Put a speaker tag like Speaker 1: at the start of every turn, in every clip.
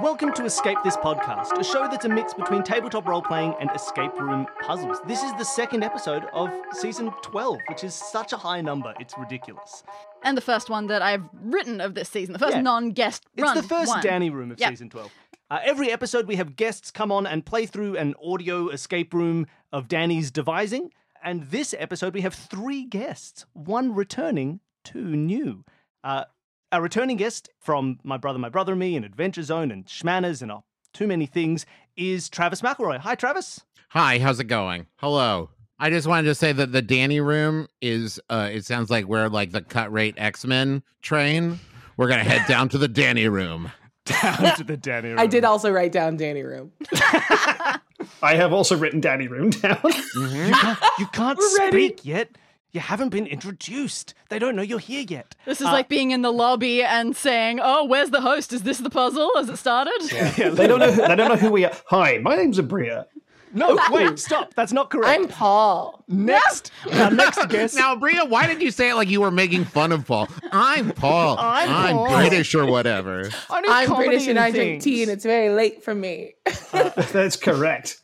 Speaker 1: Welcome to Escape This Podcast, a show that's a mix between tabletop role playing and escape room puzzles. This is the second episode of season 12, which is such a high number, it's ridiculous.
Speaker 2: and the first one that I've written of this season, the first
Speaker 1: Yeah.
Speaker 2: non-guest
Speaker 1: It's
Speaker 2: run.
Speaker 1: the first
Speaker 2: one.
Speaker 1: Danny room of
Speaker 2: Yep.
Speaker 1: season 12. Uh, every episode, we have guests come on and play through an audio escape room of Danny's devising. And this episode, we have three guests, one returning, two new. Uh, a returning guest from My Brother, My Brother and Me, and Adventure Zone, and Schmanners, and uh, Too Many Things is Travis McElroy. Hi, Travis.
Speaker 3: Hi, how's it going? Hello. I just wanted to say that the Danny room is uh it sounds like we're like the cut rate X-Men train. We're gonna head down to the Danny room.
Speaker 1: Down to the Danny room.
Speaker 4: I did also write down Danny Room.
Speaker 5: I have also written Danny Room down.
Speaker 1: You can't, you can't
Speaker 4: We're ready.
Speaker 1: speak yet. You haven't been introduced. They don't know you're here yet.
Speaker 2: This is like being in the lobby and saying, "Oh, where's the host? Is this the puzzle? Has it started?"
Speaker 5: they don't know. They don't know who we are. Hi, my name's Abria.
Speaker 1: No, Oh, wait, stop. That's not correct.
Speaker 4: I'm Paul.
Speaker 1: Next, our next guest.
Speaker 3: Now, Bria, why did you say it like you were making fun of Paul? I'm Paul.
Speaker 1: I'm Paul.
Speaker 3: British or whatever.
Speaker 1: I do
Speaker 4: I'm
Speaker 1: comedy
Speaker 4: British and I drink
Speaker 1: things.
Speaker 4: tea, and it's very late for me.
Speaker 5: That's correct.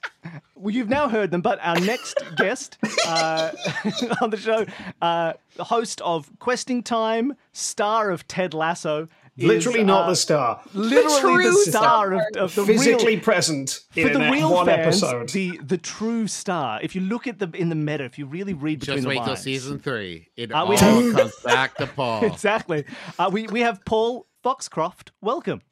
Speaker 1: Well, you've now heard them, but our next guest uh, on the show, uh, the host of Questing Time, star of Ted Lasso, is,
Speaker 5: Literally not
Speaker 1: uh,
Speaker 5: the star.
Speaker 1: literally the
Speaker 4: true
Speaker 1: star of, of the
Speaker 5: Physically
Speaker 1: real,
Speaker 5: present
Speaker 1: for
Speaker 5: in
Speaker 1: the
Speaker 5: that
Speaker 1: real
Speaker 5: one
Speaker 1: fans,
Speaker 5: episode.
Speaker 1: the the true star. If you look at the in the meta, if you really read between
Speaker 3: Just
Speaker 1: the
Speaker 3: wait till
Speaker 1: lines,
Speaker 3: season three. It
Speaker 1: Are
Speaker 3: all
Speaker 1: we-
Speaker 3: comes back to Paul.
Speaker 1: exactly. Uh, we we have Paul Foxcroft. Welcome.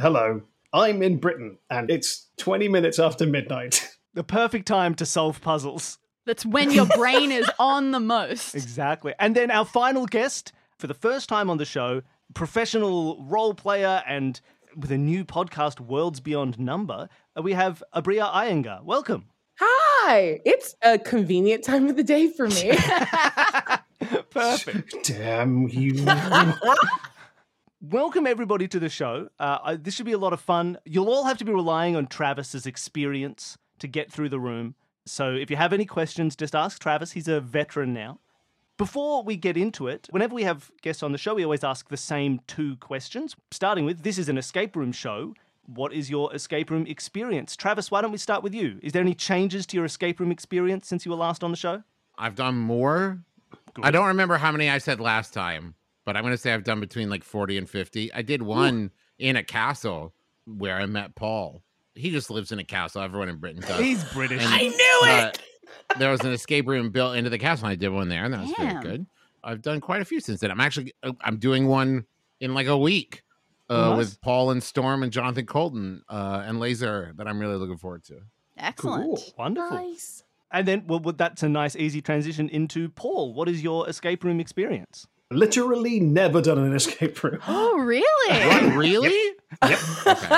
Speaker 5: Hello, I'm in Britain, and it's 20 minutes after midnight.
Speaker 1: The perfect time to solve puzzles.
Speaker 2: That's when your brain is on the most.
Speaker 1: Exactly. And then our final guest, for the first time on the show, professional role player and with a new podcast, Worlds Beyond Number, uh, we have Abria Iyengar. Welcome.
Speaker 4: Hi. It's a convenient time of the day for me.
Speaker 1: Perfect.
Speaker 5: Damn you!
Speaker 1: Welcome, everybody, to the show. Uh, I, this should be a lot of fun. You'll all have to be relying on Travis's experience to get through the room. So if you have any questions, just ask Travis. He's a veteran now. Before we get into it, whenever we have guests on the show, we always ask the same two questions, starting with this is an escape room show. What is your escape room experience? Travis, why don't we start with you? Is there any changes to your escape room experience since you were last on the show?
Speaker 3: I've done more. I don't remember how many I said last time, but I'm going to say I've done between like 40 and 50. I did one in a castle where I met Paul. He just lives in a castle. Everyone in Britain does.
Speaker 1: He's British.
Speaker 3: I
Speaker 4: knew
Speaker 3: Uh, there was an escape room built into the castle. and I did one there, and that was
Speaker 2: Damn.
Speaker 3: pretty good. I've done quite a few since then. I'm actually uh, I'm doing one in like a week uh,
Speaker 1: Nice.
Speaker 3: with Paul and Storm and Jonathan Colton uh, and Laser that I'm really looking forward to.
Speaker 2: Excellent.
Speaker 1: Wonderful.
Speaker 4: nice.
Speaker 1: And then, well, well, that's a nice, easy transition into Paul. What is your escape room experience?
Speaker 5: Literally never done an escape room.
Speaker 2: Oh, really?
Speaker 3: What, really? Okay.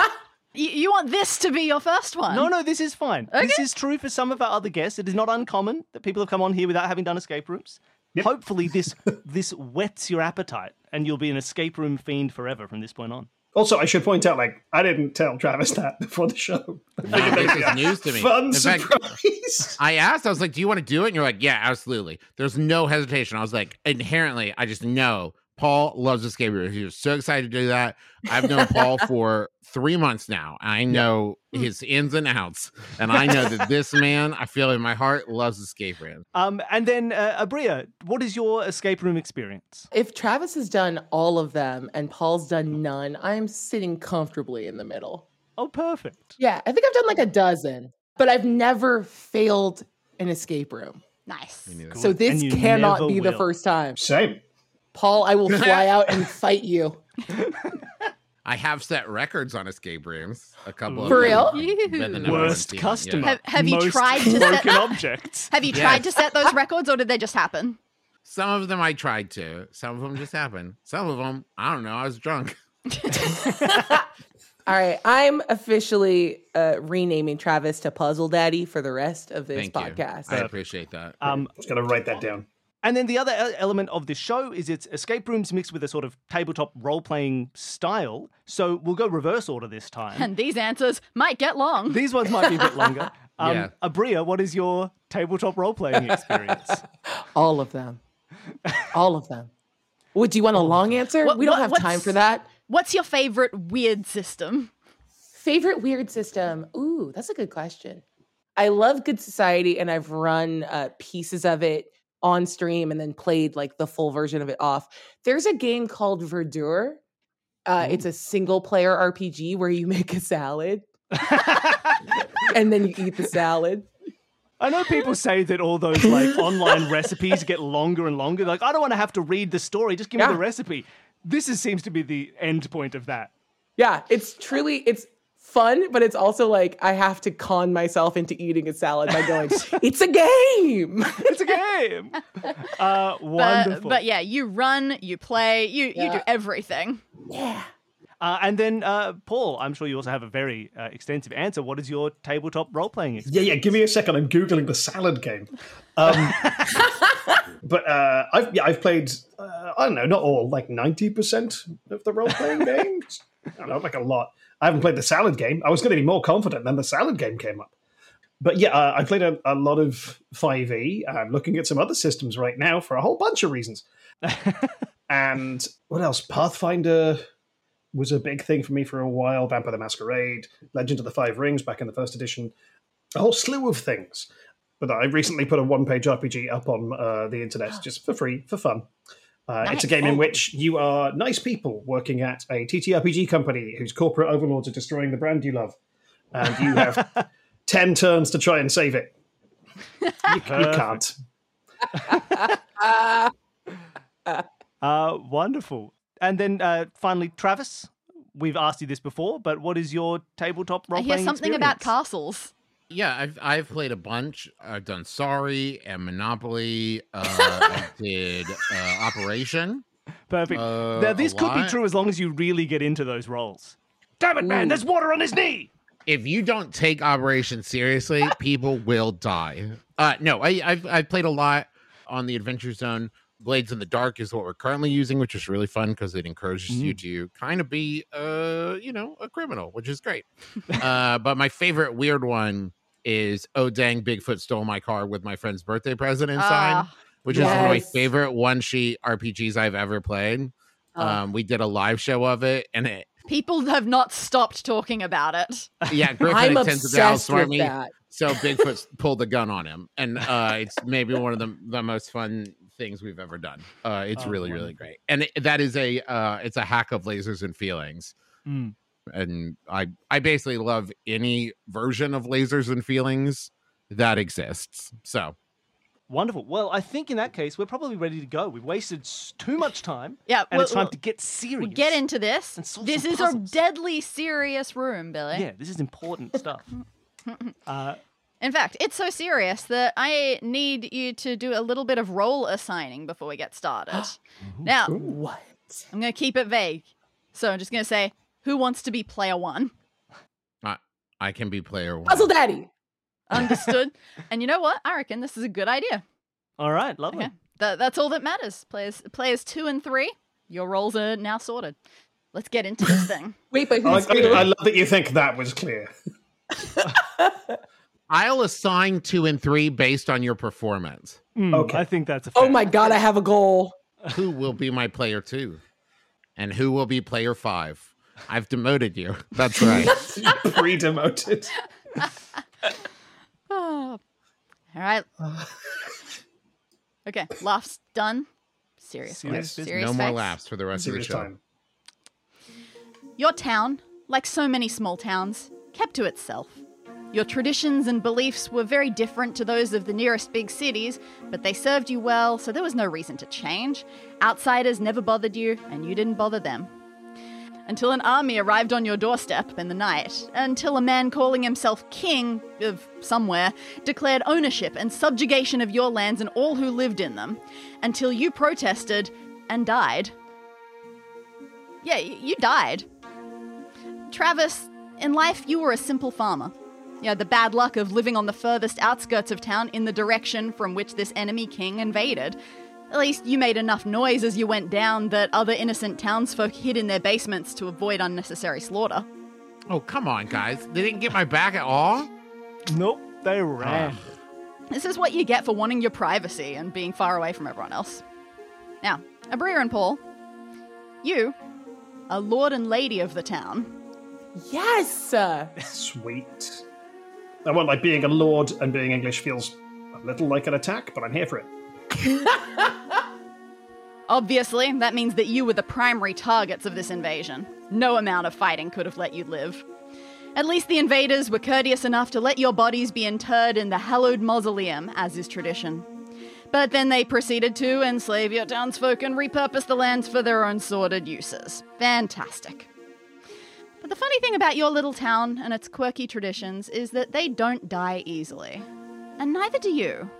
Speaker 2: you, you want this to be your first one?
Speaker 1: No, no, this is fine. This is true for some of our other guests. It is not uncommon that people have come on here without having done escape rooms. Hopefully, this this whets your appetite, and you'll be an escape room fiend forever from this point on.
Speaker 5: Also, I should point out, like, I didn't tell Travis that before the show.
Speaker 3: Wow, this is news to me.
Speaker 5: Fun
Speaker 3: In fact,
Speaker 5: surprise.
Speaker 3: I asked, I was like, Do you want to do it? And you're like, Yeah, absolutely. There's no hesitation. I was like, Inherently, I just know Paul loves escape room. He was so excited to do that. I've known Paul for three months now. I know his ins and outs. And I know that this man, I feel in my heart, loves escape room.
Speaker 1: Um, and then, uh, Abria, what is your escape room experience?
Speaker 4: If Travis has done all of them and Paul's done none, I'm sitting comfortably in the middle.
Speaker 1: Oh, perfect.
Speaker 4: Yeah, I think I've done like a dozen, but I've never failed an escape room.
Speaker 2: Nice.
Speaker 4: So
Speaker 1: Good, and
Speaker 4: this
Speaker 1: you
Speaker 4: cannot
Speaker 1: never
Speaker 4: be the
Speaker 1: will.
Speaker 4: first time.
Speaker 5: Same.
Speaker 4: Paul, I will fly out and fight you.
Speaker 3: I have set records on escape rooms. A couple
Speaker 4: For
Speaker 3: of them.
Speaker 2: real?
Speaker 3: Been the number one
Speaker 1: Worst
Speaker 3: team, yeah.
Speaker 1: customer.
Speaker 2: Have- have you
Speaker 1: Most
Speaker 2: tried to set
Speaker 1: broken
Speaker 2: up-
Speaker 1: objects?
Speaker 2: Have you
Speaker 3: Yes.
Speaker 2: tried to set those records, or did they just happen?
Speaker 3: Some of them I tried to. Some of them just happened. Some of them, I don't know. I was drunk.
Speaker 4: All right, I'm officially uh, renaming Travis to Puzzle Daddy for the rest of this
Speaker 3: Thank
Speaker 4: podcast.
Speaker 3: you. I appreciate that.
Speaker 1: Um,
Speaker 5: I was going to write that down.
Speaker 1: And then the other e- element of this show is it's escape rooms mixed with a sort of tabletop role playing style. So we'll go reverse order this time.
Speaker 2: And these answers might get long.
Speaker 1: These ones might be a bit longer. Um,
Speaker 3: Yeah.
Speaker 1: Abria, what is your tabletop role playing experience?
Speaker 4: All of them. All of them. Would do you want a long answer?
Speaker 2: What-
Speaker 4: we don't
Speaker 2: what-
Speaker 4: have time
Speaker 2: what's-
Speaker 4: for that.
Speaker 2: What's your favorite weird system?
Speaker 4: Favorite weird system? Ooh, that's a good question. I love Good Society, and I've run uh, pieces of it on stream and then played like the full version of it off. There's a game called Verdure. Uh, it's a single player RPG where you make a salad and then you eat the salad.
Speaker 1: I know people say that all those like online recipes get longer and longer. Like, I don't want to have to read the story. Just give me
Speaker 4: Yeah.
Speaker 1: the recipe. This is, seems to be the end point of that.
Speaker 4: Yeah, it's truly it's fun, but it's also like I have to con myself into eating a salad by going, "It's a game."
Speaker 1: It's a game. Uh,
Speaker 2: But,
Speaker 1: wonderful.
Speaker 2: but yeah, you run, you play, you you do
Speaker 4: Yeah.
Speaker 2: everything.
Speaker 1: Uh, and then, uh, Paul, I'm sure you also have a very uh, extensive answer. What is your tabletop role playing experience?
Speaker 5: Yeah, yeah. Give me a second. I'm googling the salad game. Um, but uh, I've yeah, I've played. Uh, I don't know, not all like ninety percent of the role playing games. I don't know, like a lot. I haven't played the salad game. I was going to be more confident, then the salad game came up. But yeah, uh, I played a, a lot of Five E. I'm looking at some other systems right now for a whole bunch of reasons. and what else? Pathfinder was a big thing for me for a while. Vampire the Masquerade, Legend of the Five Rings back in the first edition, a whole slew of things. But I recently put a one-page RPG up on uh, the internet just for free for fun. Uh, It's a
Speaker 2: Nice.
Speaker 5: game in which you are nice people working at a TTRPG company whose corporate overlords are destroying the brand you love, and you have ten turns to try and save it. You, you can't.
Speaker 1: Uh, wonderful. And then uh, finally, Travis, we've asked you this before, but what is your tabletop role
Speaker 2: I hear
Speaker 1: playing
Speaker 2: something about
Speaker 1: experience?
Speaker 2: castles.
Speaker 3: Yeah, I've I've played a bunch. I've done Sorry and Monopoly. Uh, I did uh, Operation.
Speaker 1: Perfect.
Speaker 3: Uh,
Speaker 1: now,
Speaker 3: a
Speaker 1: this could be
Speaker 3: lot.
Speaker 1: true as long as you really get into those roles. Damn it, man,
Speaker 4: Ooh.
Speaker 1: there's water on his knee.
Speaker 3: If you don't take Operation seriously, people will die. Uh, no, I, I've I've played a lot on the Adventure Zone. Blades in the Dark is what we're currently using, which is really fun because it encourages you to kind of be, uh, you know, a criminal, which is great. uh, but my favorite weird one is Oh dang, Bigfoot stole my car with my friend's birthday present inside.
Speaker 2: Ah,
Speaker 3: which is one of my
Speaker 4: Yes.
Speaker 3: favorite one sheet RPGs I've ever played.
Speaker 4: Oh.
Speaker 3: Um, we did a live show of it, and it,
Speaker 2: people have not stopped talking about it.
Speaker 3: yeah, Griffin
Speaker 4: I'm
Speaker 3: attended the house
Speaker 4: obsessed
Speaker 3: for
Speaker 4: with
Speaker 3: me,
Speaker 4: that.
Speaker 3: so Bigfoot pulled the gun on him, and uh, it's maybe one of the, the most fun things we've ever done. Uh, it's
Speaker 1: Oh,
Speaker 3: really, really
Speaker 1: wonderful.
Speaker 3: great, and it, that is a uh, it's a hack of lasers and feelings,
Speaker 1: Mm.
Speaker 3: and I I basically love any version of lasers and feelings that exists. So
Speaker 1: Wonderful. Well, I think in that case, we're probably ready to go. We've wasted s- too much time,
Speaker 2: Yeah,
Speaker 1: and
Speaker 2: we'll,
Speaker 1: it's time
Speaker 2: we'll-
Speaker 1: to get serious.
Speaker 2: we'll get into this.
Speaker 1: and solve
Speaker 2: This
Speaker 1: some
Speaker 2: is a
Speaker 1: puzzles.
Speaker 2: deadly serious room, Billy.
Speaker 1: Yeah, this is important stuff. uh,
Speaker 2: In fact, it's so serious that I need you to do a little bit of role assigning before we get started. now,
Speaker 4: What?
Speaker 2: I'm going to keep it vague. So I'm just going to say, who wants to be player one?
Speaker 3: I can be player one.
Speaker 4: Puzzle Daddy.
Speaker 2: Understood? and you know what? I reckon this is a good idea.
Speaker 1: all right, lovely.
Speaker 2: Okay. That, that's all that matters. Players, players two and three, your roles are now sorted. Let's get into this thing.
Speaker 4: Wait, but
Speaker 5: I,
Speaker 4: who's
Speaker 5: I-
Speaker 4: clear?
Speaker 5: I love that you think that was clear.
Speaker 3: I'll assign two and three based on your performance.
Speaker 1: Mm,
Speaker 5: Okay.
Speaker 1: I think that's a
Speaker 4: Oh
Speaker 1: fair-
Speaker 4: my god, I have a goal.
Speaker 3: who will be my player two and who will be player five i've demoted you that's right
Speaker 5: Pre-demoted.
Speaker 2: Ah. all right. okay. Laughs done. Serious.
Speaker 1: Serious
Speaker 2: face.
Speaker 1: business.
Speaker 2: Serious
Speaker 3: no more
Speaker 2: face.
Speaker 3: laughs for the rest
Speaker 5: Serious
Speaker 3: of the show
Speaker 5: time.
Speaker 2: Your town, like so many small towns, kept to itself. Your traditions and beliefs were very different to those of the nearest big cities, but they served you well, so there was no reason to change. Outsiders never bothered you, and you didn't bother them. Until an army arrived on your doorstep in the night, until a man calling himself king of somewhere declared ownership and subjugation of your lands and all who lived in them, until you protested and died. Yeah, y- you died. Travis, in life, you were a simple farmer. You had the bad luck of living on the furthest outskirts of town in the direction from which this enemy king invaded. At least you made enough noise as you went down that other innocent townsfolk hid in their basements to avoid unnecessary slaughter.
Speaker 3: oh come on guys they didn't get my back at all
Speaker 1: Nope, they ran.
Speaker 2: This is what you get for wanting your privacy and being far away from everyone else. Now, Abrea and Paul, you are lord and lady of the town.
Speaker 4: Yes. Uh,
Speaker 5: Sweet. I want like being a lord and being English feels a little like an attack, but I'm here for it.
Speaker 2: Obviously, that means that you were the primary targets of this invasion. No amount of fighting could have let you live. At least the invaders were courteous enough to let your bodies be interred in the hallowed mausoleum, as is tradition. But then they proceeded to enslave your townsfolk and repurpose the lands for their own sordid uses. Fantastic. But the funny thing about your little town and its quirky traditions is that they don't die easily. And neither do you.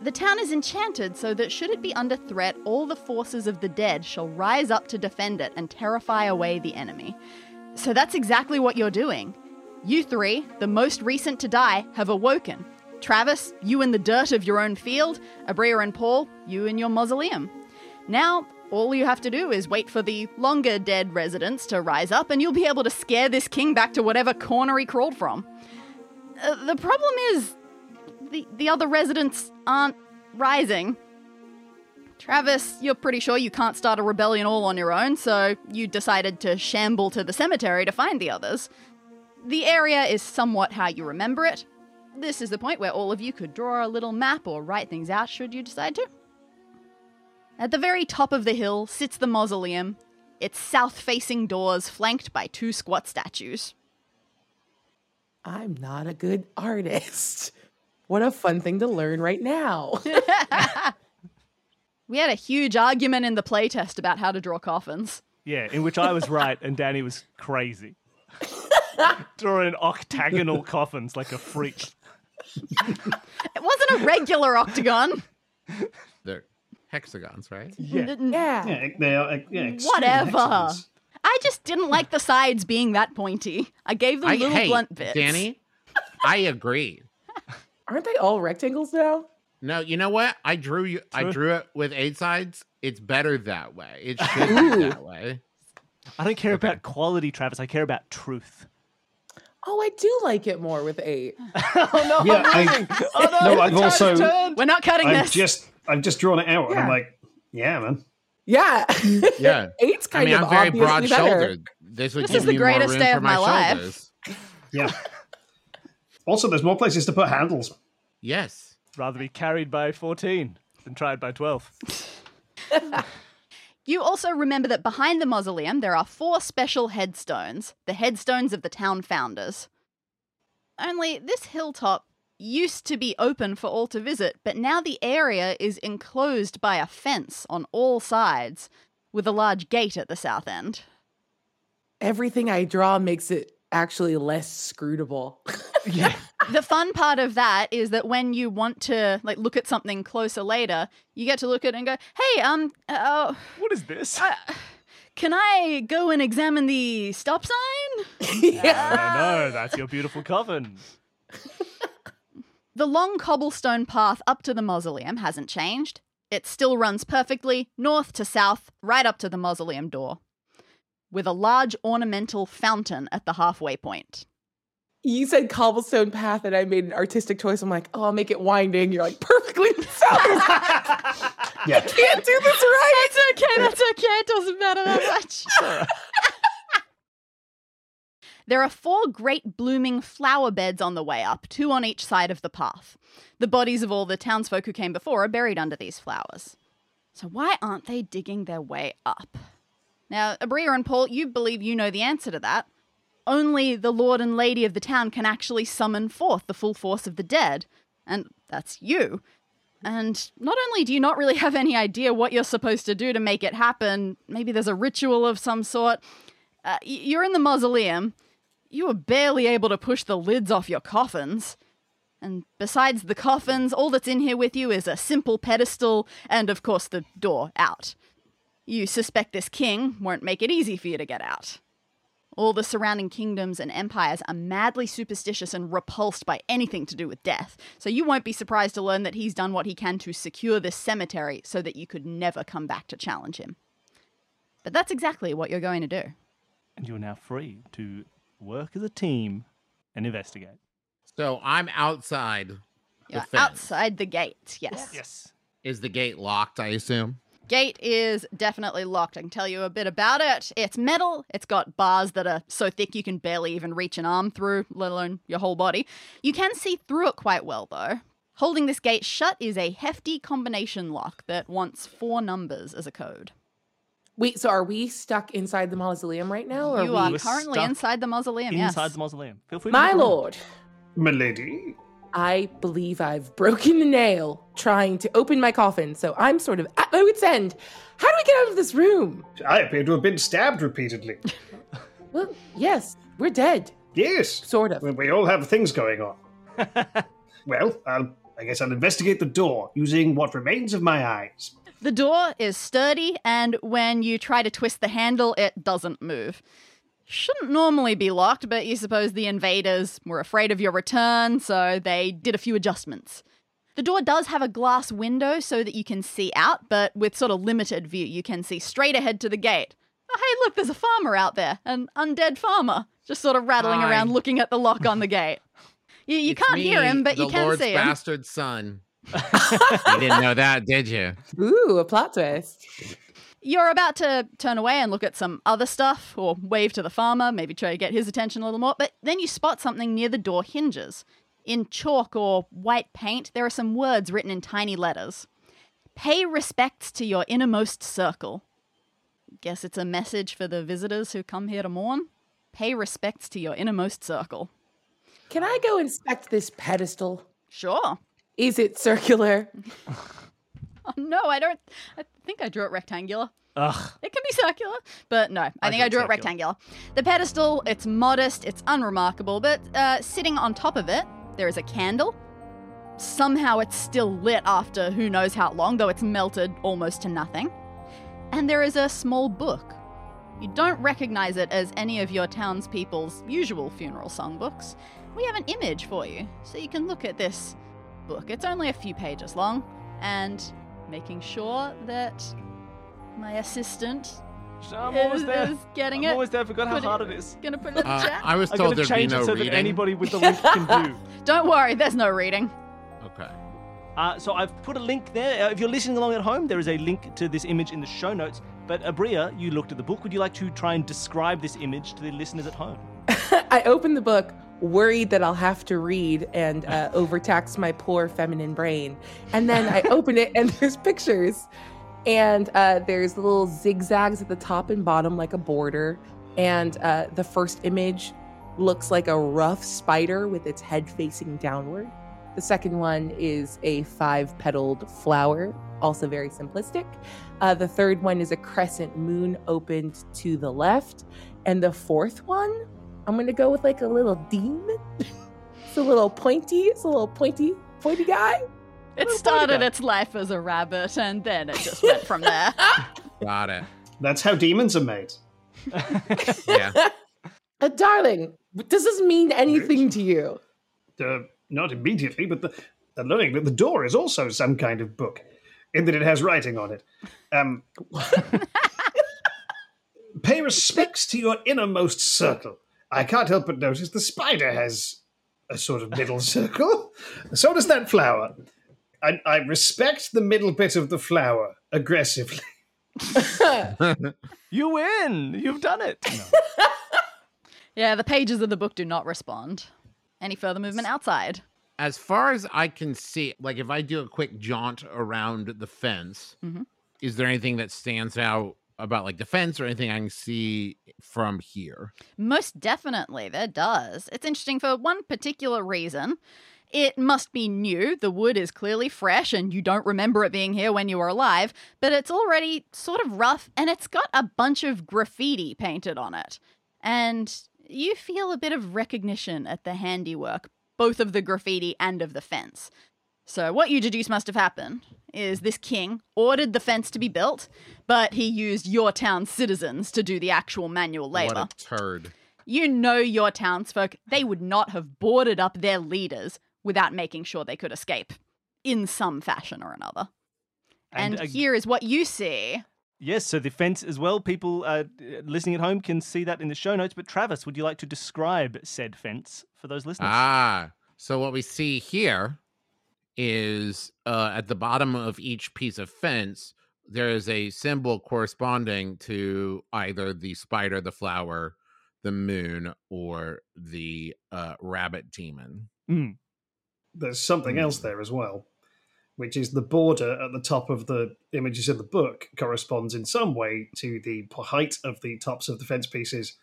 Speaker 2: The town is enchanted so that should it be under threat, all the forces of the dead shall rise up to defend it and terrify away the enemy. So that's exactly what you're doing. You three, the most recent to die, have awoken. Travis, you in the dirt of your own field, Abrea and Paul, you in your mausoleum. Now, all you have to do is wait for the longer dead residents to rise up, and you'll be able to scare this king back to whatever corner he crawled from. Uh, the problem is, the, the other residents aren't rising. Travis, you're pretty sure you can't start a rebellion all on your own, so you decided to shamble to the cemetery to find the others. The area is somewhat how you remember it. This is the point where all of you could draw a little map or write things out should you decide to. At the very top of the hill sits the mausoleum, its south facing doors flanked by two squat statues.
Speaker 4: I'm not a good artist. What a fun thing to learn right now.
Speaker 2: We had a huge argument in the playtest about how to draw coffins.
Speaker 1: Yeah, in which I was right and Danny was crazy. Drawing octagonal coffins like a freak.
Speaker 2: It wasn't a regular octagon.
Speaker 3: They're hexagons, right?
Speaker 1: Yeah.
Speaker 2: N- n-
Speaker 4: yeah.
Speaker 5: Yeah, they are. like, Yeah, extreme
Speaker 2: Whatever.
Speaker 5: hexagons.
Speaker 2: I just didn't like the sides being that pointy. I gave them
Speaker 3: I
Speaker 2: little
Speaker 3: hey,
Speaker 2: blunt bits.
Speaker 3: Danny, I agree.
Speaker 4: Aren't they all rectangles now?
Speaker 3: No, you know what? I drew you. I
Speaker 1: True.
Speaker 3: drew it with eight sides. It's better that way. It should be that way.
Speaker 1: I don't care about quality, Travis. I care about truth.
Speaker 4: Oh, I do like it more with eight.
Speaker 1: Oh no,
Speaker 5: Yeah, I-
Speaker 1: oh
Speaker 5: no, I've also-
Speaker 2: We're not cutting
Speaker 5: I've
Speaker 2: this.
Speaker 5: just, I've just drawn it out, and I'm
Speaker 4: Yeah.
Speaker 5: like, yeah, man.
Speaker 4: Yeah.
Speaker 3: Yeah.
Speaker 4: Eight's
Speaker 3: I
Speaker 4: kind
Speaker 3: mean,
Speaker 4: of
Speaker 3: I'm very
Speaker 4: obviously
Speaker 3: broad
Speaker 4: better.
Speaker 3: shouldered. This would
Speaker 2: This
Speaker 3: give
Speaker 2: is the
Speaker 3: me more
Speaker 2: greatest
Speaker 3: room
Speaker 2: day
Speaker 3: for
Speaker 2: of
Speaker 3: my,
Speaker 2: my life.
Speaker 3: shoulders.
Speaker 5: Yeah. also, there's more places to put handles.
Speaker 3: Yes.
Speaker 1: Rather be carried by 14 than tried by 12.
Speaker 2: You also remember that behind the mausoleum there are four special headstones, the headstones of the town founders. Only this hilltop used to be open for all to visit, but now the area is enclosed by a fence on all sides, with a large gate at the south end.
Speaker 4: Everything I draw makes it actually less scrutable.
Speaker 1: Yeah.
Speaker 2: the fun part of that is that when you want to like look at something closer later, you get to look at it and go, "Hey, um, uh,
Speaker 1: What is this?
Speaker 2: can I go and examine the stop sign?"
Speaker 4: yeah.
Speaker 1: No, no, that's your beautiful coffin.
Speaker 2: The long cobblestone path up to the mausoleum hasn't changed. It still runs perfectly north to south, right up to the mausoleum door, with a large ornamental fountain at the halfway point.
Speaker 4: You said cobblestone path, and I made an artistic choice. I'm like, oh, I'll make it winding. You're like, perfectly south.
Speaker 5: Yeah,
Speaker 4: Can't do this right.
Speaker 2: It's okay, that's okay. It doesn't matter that much. there are four great blooming flower beds on the way up, two on each side of the path. The bodies of all the townsfolk who came before are buried under these flowers. So why aren't they digging their way up? Now, Abrea and Paul, you believe you know the answer to that. Only the lord and lady of the town can actually summon forth the full force of the dead, and that's you. And not only do you not really have any idea what you're supposed to do to make it happen, maybe there's a ritual of some sort. Uh, y- you're in the mausoleum. You were barely able to push the lids off your coffins. And besides the coffins, all that's in here with you is a simple pedestal and, of course, the door out. You suspect this king won't make it easy for you to get out. All the surrounding kingdoms and empires are madly superstitious and repulsed by anything to do with death, so you won't be surprised to learn that he's done what he can to secure this cemetery so that you could never come back to challenge him. But that's exactly what you're going to do.
Speaker 1: And you're now free to work as a team and investigate.
Speaker 3: So I'm outside. The
Speaker 2: You're
Speaker 3: fence.
Speaker 2: outside the gate, yes.
Speaker 1: Yes.
Speaker 3: Is the gate locked? I assume.
Speaker 2: Gate is definitely locked. I can tell you a bit about it. It's metal. It's got bars that are so thick you can barely even reach an arm through, let alone your whole body. You can see through it quite well, though. Holding this gate shut is a hefty combination lock that wants four numbers as a code.
Speaker 4: Wait, so are we stuck inside the mausoleum right now? Or
Speaker 2: You
Speaker 4: we...
Speaker 2: are
Speaker 1: We're
Speaker 2: currently
Speaker 1: stuck
Speaker 2: inside the mausoleum, yes.
Speaker 1: inside the mausoleum. Feel free. to
Speaker 4: My
Speaker 1: make a roll.
Speaker 4: lord,
Speaker 5: Milady.
Speaker 4: I believe I've broken the nail trying to open my coffin, so I'm sort of at my wit's end. How do we get out of this room?
Speaker 5: I appear to have been stabbed repeatedly.
Speaker 4: Well, yes, we're dead.
Speaker 5: Yes.
Speaker 4: Sort of.
Speaker 5: We, we all have things going on. well, I'll, I guess I'll investigate the door using what remains of my eyes.
Speaker 2: The door is sturdy, and when you try to twist the handle, it doesn't move. Shouldn't normally be locked, but you suppose the invaders were afraid of your return, so they did a few adjustments. The door does have a glass window so that you can see out, but with sort of limited view, you can see straight ahead to the gate. Oh, hey, look, there's a farmer out there, an undead farmer, just sort of rattling
Speaker 3: Hi.
Speaker 2: around looking at the lock on the gate. You, you
Speaker 3: It's
Speaker 2: can't hear
Speaker 3: me,
Speaker 2: him, but you
Speaker 3: the
Speaker 2: can
Speaker 3: Lord's
Speaker 2: see him.
Speaker 3: bastard son. you didn't know that, did you?
Speaker 4: Ooh, a plot twist.
Speaker 2: You're about to turn away and look at some other stuff, or wave to the farmer, maybe try to get his attention a little more, but then you spot something near the door hinges. In chalk or white paint, there are some words written in tiny letters Pay respects to your innermost circle. Guess it's a message for the visitors who come here to mourn. Pay respects to your innermost circle.
Speaker 4: Can I go inspect this pedestal?
Speaker 2: Sure.
Speaker 4: Is it circular?
Speaker 2: Oh, no, I don't. I think I drew it rectangular.
Speaker 1: Ugh.
Speaker 2: It can be circular, but no, I,
Speaker 1: I
Speaker 2: think I drew
Speaker 1: drew it
Speaker 2: it rectangular. The pedestal, it's modest, it's unremarkable, but uh, sitting on top of it, there is a candle. Somehow it's still lit after who knows how long, though it's melted almost to nothing. And there is a small book. You don't recognize it as any of your townspeople's usual funeral songbooks. We have an image for you, so you can look at this book. It's only a few pages long, and making sure that my assistant
Speaker 1: I'm
Speaker 2: is,
Speaker 1: almost there.
Speaker 2: is getting
Speaker 1: I'm
Speaker 2: it.
Speaker 1: always there. I forgot how
Speaker 2: Put it-
Speaker 1: hard it is.
Speaker 2: Gonna put it in the
Speaker 3: Uh,
Speaker 2: chat.
Speaker 3: I was
Speaker 1: I'm
Speaker 3: told
Speaker 1: gonna
Speaker 3: there'd be
Speaker 1: change
Speaker 3: no
Speaker 1: it so
Speaker 3: reading.
Speaker 1: that anybody with the link can do.
Speaker 2: Don't worry, there's no reading.
Speaker 3: Okay.
Speaker 1: Uh, so I've put a link there. Uh, if you're listening along at home, there is a link to this image in the show notes. But Abria, you looked at the book. Would you like to try and describe this image to the listeners at home?
Speaker 4: I open the book, worried that I'll have to read and uh, overtax my poor feminine brain. And then I open it, and there's pictures. And uh, there's little zigzags at the top and bottom, like a border. And uh, the first image looks like a rough spider with its head facing downward. The second one is a five petaled flower, also very simplistic. Uh, the third one is a crescent moon opened to the left. And the fourth one I'm gonna go with like a little demon. it's a little pointy. It's a little pointy, pointy guy.
Speaker 2: It
Speaker 1: Well,
Speaker 2: started
Speaker 1: Monica.
Speaker 2: its life as a rabbit, and then it just went from there.
Speaker 3: Got it.
Speaker 5: That's how demons are made.
Speaker 3: Yeah.
Speaker 4: Uh, darling, does this mean anything to you?
Speaker 5: uh, not immediately, but the, the learning that the door is also some kind of book, in that it has writing on it. Um, pay respects to your innermost circle. I can't help but notice the spider has a sort of middle circle. So does that flower. I, I respect the middle bit of the flower aggressively.
Speaker 1: You win. You've done it.
Speaker 2: yeah, the pages of the book do not respond. Any further movement outside?
Speaker 3: as far as I can see, like if I do a quick jaunt around the fence,
Speaker 2: Mhm.
Speaker 3: is there anything that stands out about like the fence or anything I can see from here?
Speaker 2: Most definitely, there does. It's interesting for one particular reason. It must be new. The wood is clearly fresh, and you don't remember it being here when you were alive, but it's already sort of rough, and it's got a bunch of graffiti painted on it. And you feel a bit of recognition at the handiwork, both of the graffiti and of the fence. So, what you deduce must have happened is this king ordered the fence to be built, but he used your town's citizens to do the actual manual labor.
Speaker 3: What a turd.
Speaker 2: You know your townsfolk. They would not have boarded up their leaders without making sure they could escape in some fashion or another. And,
Speaker 1: ag-
Speaker 2: here is what you see.
Speaker 1: uh, yes, so the fence as well. People uh, listening at home can see that in the show notes. But Travis, would you like to describe said fence for those listeners?
Speaker 3: Ah, so what we see here is uh, at the bottom of each piece of fence there is a symbol corresponding to either the spider, the flower, the moon, or the uh, rabbit demon.
Speaker 1: Mm.
Speaker 5: There's something else there as well, which is the border at the top of the images in the book corresponds in some way to the p- height of the tops of the fence pieces.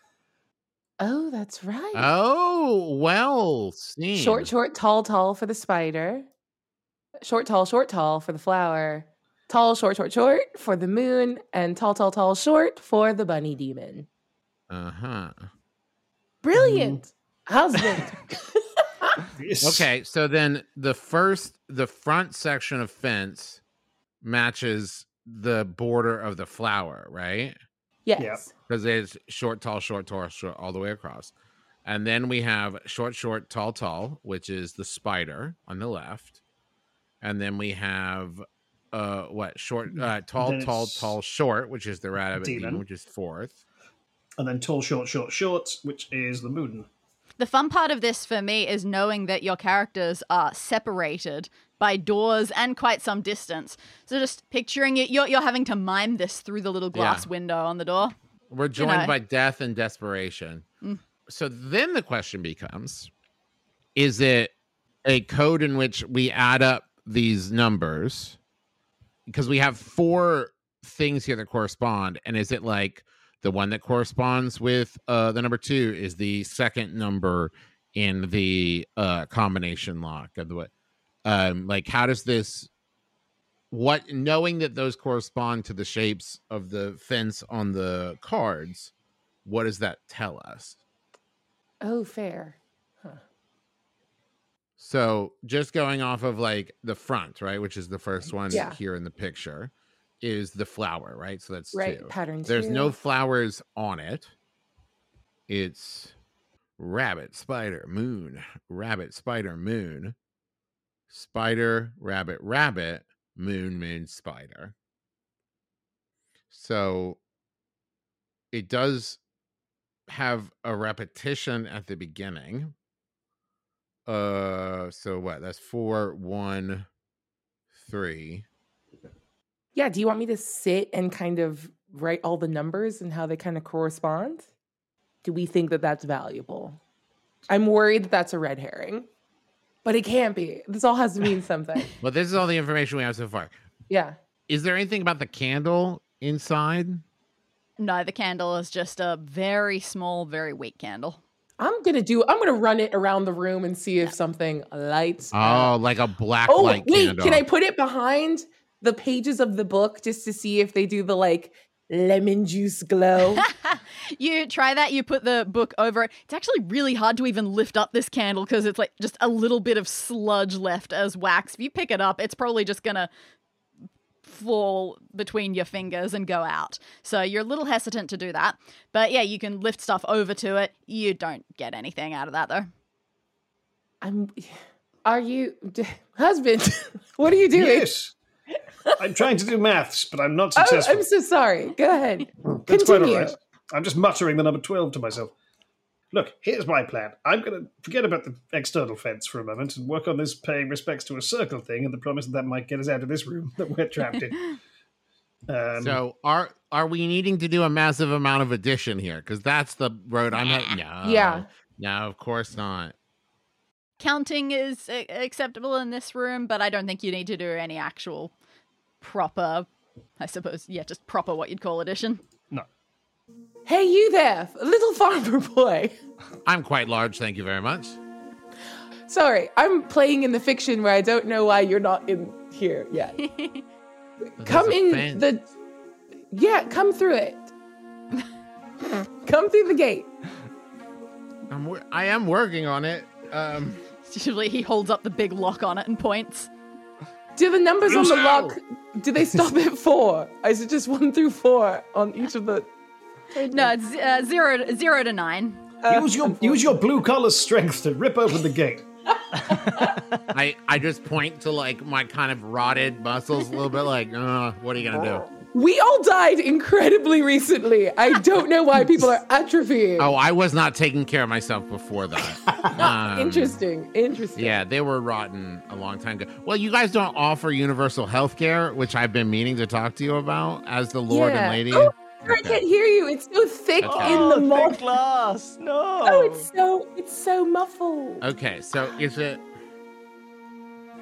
Speaker 4: Oh, that's right.
Speaker 3: Oh, well seen.
Speaker 4: Short, short, tall, tall for the spider. Short, tall, short, tall for the flower. Tall, short, short, short for the moon. And tall, tall, tall, short for the bunny demon.
Speaker 3: Uh huh.
Speaker 4: Brilliant. Husband.
Speaker 5: Yes.
Speaker 3: Okay, so then the first, the front section of fence matches the border of the flower, right?
Speaker 4: yes.
Speaker 3: because it's short, tall, short, tall, short, all the way across. And then we have short, short, tall, tall, which is the spider on the left. And then we have uh what short, uh, tall,
Speaker 5: Mm. Then
Speaker 3: tall,
Speaker 5: it's
Speaker 3: tall, short, which is the rabbit demon,
Speaker 5: demon.
Speaker 3: which is fourth.
Speaker 5: And then tall, short, short, short, which is the moon.
Speaker 2: The fun part of this for me is knowing that your characters are separated by doors and quite some distance. So just picturing it, you're, you're having to mime this through the little glass
Speaker 3: Yeah.
Speaker 2: window on the door.
Speaker 3: We're joined
Speaker 2: know.
Speaker 3: by death and desperation. So then the question becomes: Is it a code in which we add up these numbers? Because we have four things here that correspond, and is it like the one that corresponds with uh, the number two is the second number in the uh, combination lock of the way? Um, like, how does this? What knowing that those correspond to the shapes of the fence on the cards, what does that tell us?
Speaker 4: Oh, fair.
Speaker 3: So just going off of like the front, right, which is the first one
Speaker 4: Yeah.
Speaker 3: here in the picture, is the flower, right? So that's
Speaker 4: Right.
Speaker 3: two.
Speaker 4: Pattern
Speaker 3: There's
Speaker 4: two.
Speaker 3: no flowers on it. It's rabbit, spider, moon, rabbit, spider, moon, spider, rabbit, rabbit, moon, moon, spider. So it does have a repetition at the beginning. Uh, so what? That's four, one, three.
Speaker 4: Yeah. Do you want me to sit and kind of write all the numbers and how they kind of correspond? Do we think that that's valuable? I'm worried that that's a red herring, but it can't be. This all has to mean something.
Speaker 3: Well, this is all the information we have so far.
Speaker 4: yeah.
Speaker 3: Is there anything about the candle inside?
Speaker 2: No, the candle is just a very small, very weak candle.
Speaker 4: I'm gonna do. I'm gonna run it around the room and see if something lights. up.
Speaker 3: Oh, like a black
Speaker 4: Oh,
Speaker 3: light
Speaker 4: wait.
Speaker 3: candle.
Speaker 4: Can I put it behind the pages of the book just to see if they do the like lemon juice glow?
Speaker 2: You try that, you put the book over it. It's actually really hard to even lift up this candle because it's like just a little bit of sludge left as wax. If you pick it up, it's probably just going to fall between your fingers and go out. So you're a little hesitant to do that. But yeah, you can lift stuff over to it. You don't get anything out of that though.
Speaker 4: I'm. Are you, d- husband? what are you doing?
Speaker 5: Yes. I'm trying to do maths, but I'm not
Speaker 4: Oh,
Speaker 5: successful.
Speaker 4: I'm so sorry. Go ahead.
Speaker 5: That's quite all
Speaker 4: Continue.
Speaker 5: right. I'm just muttering the number 12 to myself. Look, here's my plan. I'm going to forget about the external fence for a moment and work on this paying respects to a circle thing and the promise that that might get us out of this room that we're trapped in. Um,
Speaker 3: so are are we needing to do a massive amount of addition here? Because that's the road I'm at. No.
Speaker 4: Yeah.
Speaker 3: No, of course not.
Speaker 2: Counting is uh, acceptable in this room, but I don't think you need to do any actual proper I suppose yeah, just proper what you'd call addition.
Speaker 4: Hey, you there, little farmer boy.
Speaker 3: I'm quite large, thank you very much.
Speaker 4: Sorry, I'm playing in the fiction where I don't know why you're not in here yet.
Speaker 3: But
Speaker 4: come
Speaker 3: there's a fence.
Speaker 4: in the yeah come through it come through the gate
Speaker 3: I'm, wor- I am working on it. Um,
Speaker 2: Usually he holds up the big lock on it and points.
Speaker 4: do the numbers on
Speaker 3: Use
Speaker 4: the
Speaker 3: out.
Speaker 4: lock do they stop at four is it just one through four on each of the
Speaker 2: No, it's uh, zero, zero to nine.
Speaker 5: use your use your blue collar strength to rip open the gate.
Speaker 3: I I just point to like my kind of rotted muscles a little bit, like, uh, what are you gonna do?
Speaker 4: We all died incredibly recently. I don't know why people are atrophying.
Speaker 3: Oh, I was not taking care of myself before that. Um,
Speaker 4: interesting. Interesting.
Speaker 3: Yeah, they were rotten a long time ago. Well, you guys don't offer universal health care, which I've been meaning to talk to you about as the Lord and
Speaker 4: Yeah.
Speaker 3: Lady.
Speaker 4: Oh, I
Speaker 3: Okay.
Speaker 4: can't hear you. It's so thick
Speaker 3: Okay.
Speaker 4: in
Speaker 1: Oh,
Speaker 4: the mouth.
Speaker 1: glass. No.
Speaker 4: Oh, it's so it's so muffled.
Speaker 3: Okay, so is it?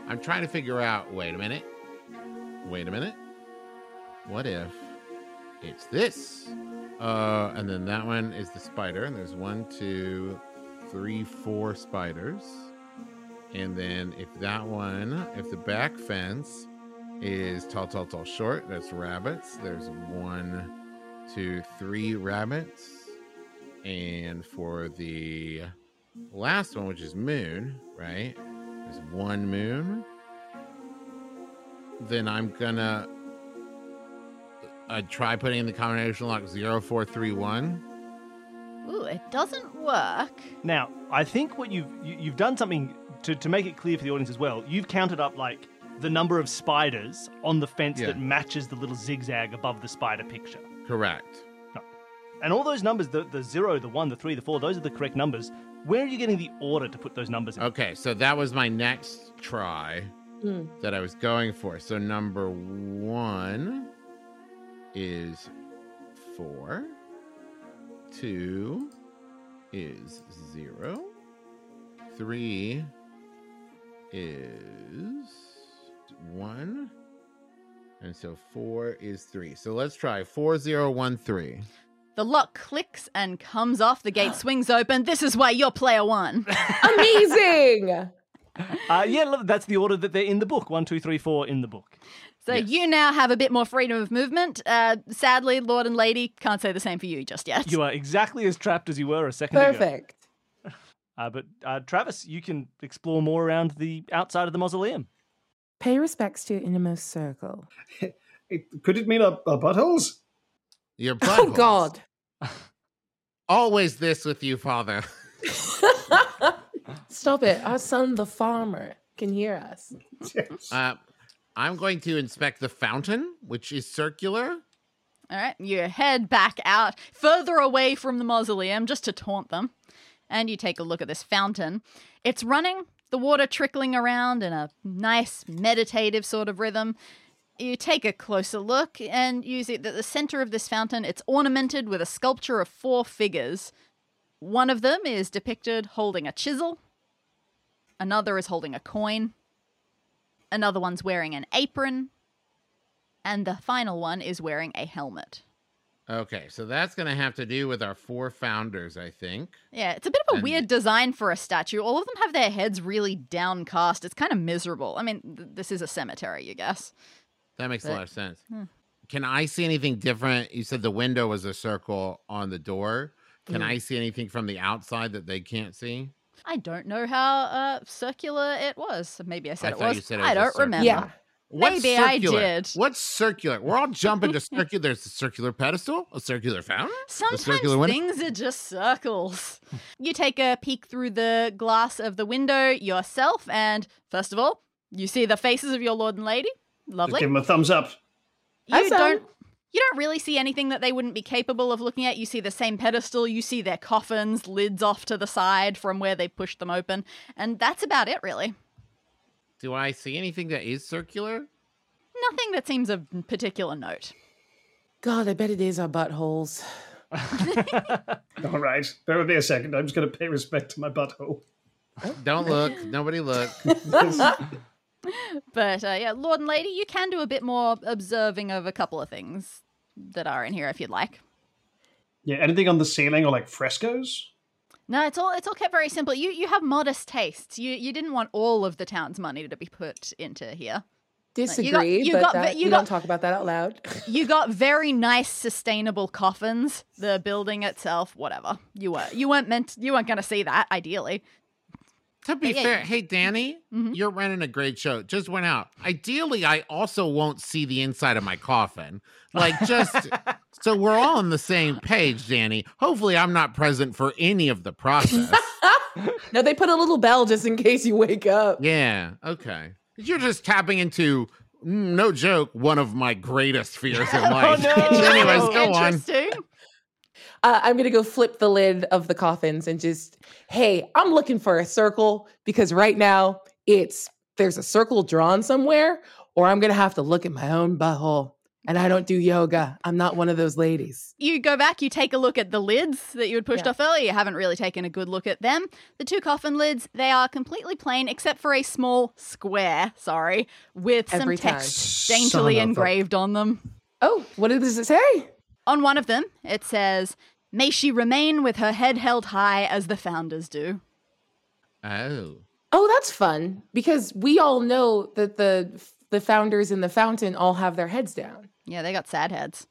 Speaker 3: I'm trying to figure out. Wait a minute. Wait a minute. What if it's this? Uh, and then that one is the spider, and there's one, two, three, four spiders. And then if that one, if the back fence is tall, tall, tall, short, that's rabbits. There's one, two, three rabbits. And for the last one, which is moon, right? There's one moon. Then I'm gonna uh, try putting in the combination lock 0431.
Speaker 2: Ooh, it doesn't work.
Speaker 1: Now, I think what you've you, you've done something to, to make it clear for the audience as well. You've counted up like the number of spiders on the fence
Speaker 3: Yeah.
Speaker 1: that matches the little zigzag above the spider picture.
Speaker 3: Correct.
Speaker 1: And all those numbers, the, the zero, the one, the three, the four, those are the correct numbers. Where are you getting the order to put those numbers in?
Speaker 3: Okay, so that was my next try
Speaker 4: Hmm.
Speaker 3: that I was going for. So number one is four, two is zero, three is one, and so four is three. So let's try four zero one three.
Speaker 2: The lock clicks and comes off. The gate swings open. This is why you're player one.
Speaker 4: Amazing.
Speaker 1: Uh, yeah, look, that's the order that they're in the book. One, two, three, four in the book.
Speaker 2: So
Speaker 3: Yes.
Speaker 2: you now have a bit more freedom of movement. Uh, sadly, Lord and Lady can't say the same for you just yet.
Speaker 1: You are exactly as trapped as you were a second ago.
Speaker 4: Perfect.
Speaker 1: Uh, but uh, Travis, you can explore more around the outside of the mausoleum.
Speaker 4: Pay respects to your innermost circle.
Speaker 5: It- could it mean our, our buttholes?
Speaker 3: Your butt
Speaker 4: Oh God.
Speaker 3: Always this with you, Father.
Speaker 4: Stop it. Our son the farmer can hear us.
Speaker 5: Yes.
Speaker 3: Uh, I'm going to inspect the fountain, which is circular.
Speaker 2: All right, you head back out further away from the mausoleum just to taunt them. And you take a look at this fountain. It's running, the water trickling around in a nice meditative sort of rhythm. You take a closer look and you see that the center of this fountain, it's ornamented with a sculpture of four figures. One of them is depicted holding a chisel. Another is holding a coin. Another one's wearing an apron. And the final one is wearing a helmet.
Speaker 3: Okay, so that's going to have to do with our four founders, I think.
Speaker 2: Yeah, it's a bit of a
Speaker 3: And-
Speaker 2: weird design for a statue. All of them have their heads really downcast. It's kind of miserable. I mean, th- this is a cemetery, you guess.
Speaker 3: That makes a
Speaker 2: But-
Speaker 3: lot of sense.
Speaker 2: Hmm.
Speaker 3: Can I see anything different? You said the window was a circle on the door. Can
Speaker 2: Mm-hmm.
Speaker 4: Mm.
Speaker 3: I see anything from the outside that they can't see?
Speaker 2: I don't know how uh, circular it was. Maybe I said
Speaker 3: I
Speaker 2: it
Speaker 3: thought
Speaker 2: was.
Speaker 3: you said it
Speaker 2: I
Speaker 3: was a
Speaker 2: don't
Speaker 3: circle.
Speaker 2: remember.
Speaker 4: Yeah.
Speaker 2: Maybe I did.
Speaker 3: What's circular? We're all jumping to circular. There's a circular pedestal, a circular fountain. circular
Speaker 2: Sometimes
Speaker 3: window?
Speaker 2: things are just circles. you take a peek through the glass of the window yourself, and first of all, you see the faces of your lord and lady.
Speaker 5: Just
Speaker 2: Lovely.
Speaker 5: give him a thumbs up.
Speaker 2: You
Speaker 4: Awesome.
Speaker 2: don't you don't really see anything that they wouldn't be capable of looking at. You see the same pedestal, you see their coffins, lids off to the side from where they pushed them open, and that's about it really.
Speaker 3: Do I see anything that is circular?
Speaker 2: Nothing that seems of particular note.
Speaker 4: God, I bet it is our buttholes.
Speaker 5: All right. Bear with me a second. I'm just going to pay respect to my butthole.
Speaker 3: Don't look. Nobody look.
Speaker 2: But uh, yeah, Lord and Lady, you can do a bit more observing of a couple of things that are in here if you'd like.
Speaker 5: Yeah, anything on the ceiling or like frescoes?
Speaker 2: No, it's all it's all kept very simple. You you have modest tastes. You you didn't want all of the town's money to be put into here.
Speaker 4: Disagree,
Speaker 2: got- you
Speaker 4: but
Speaker 2: got-
Speaker 4: that,
Speaker 2: you
Speaker 4: we
Speaker 2: got-
Speaker 4: don't talk about that out loud.
Speaker 2: You got very nice, sustainable coffins. The building itself, whatever. You were you weren't meant you weren't gonna see that. Ideally,
Speaker 3: To be
Speaker 2: But yeah,
Speaker 3: fair,
Speaker 2: you-
Speaker 3: hey Danny,
Speaker 2: Mhm.
Speaker 3: you're running a great show. Just went out. Ideally, I also won't see the inside of my coffin. Like just so we're all on the same page, Danny. Hopefully, I'm not present for any of the process.
Speaker 4: no, they put a little bell just in case you wake up.
Speaker 3: yeah. Okay. You're just tapping into mm, no joke, one of my greatest fears in
Speaker 1: Oh
Speaker 3: life.
Speaker 1: no!
Speaker 3: Anyways, go on.
Speaker 2: Interesting.
Speaker 4: Uh, I'm gonna go flip the lid of the coffins and just, hey, I'm looking for a circle because right now it's there's a circle drawn somewhere, or I'm gonna have to look at my own butthole. And I don't do yoga. I'm not one of those ladies.
Speaker 2: You go back, you take a look at the lids that you had pushed
Speaker 4: Yeah.
Speaker 2: off earlier. You haven't really taken a good look at them. The two coffin lids, they are completely plain except for a small square, sorry, with
Speaker 4: Every
Speaker 2: some
Speaker 4: time.
Speaker 2: text daintily
Speaker 5: Son of a-
Speaker 2: engraved on them.
Speaker 4: Oh, what does it say?
Speaker 2: On one of them, it says, May she remain with her head held high as the founders do.
Speaker 3: Oh.
Speaker 4: Oh, that's fun because we all know that the the founders in the fountain all have their heads down.
Speaker 2: Yeah, they got sad heads.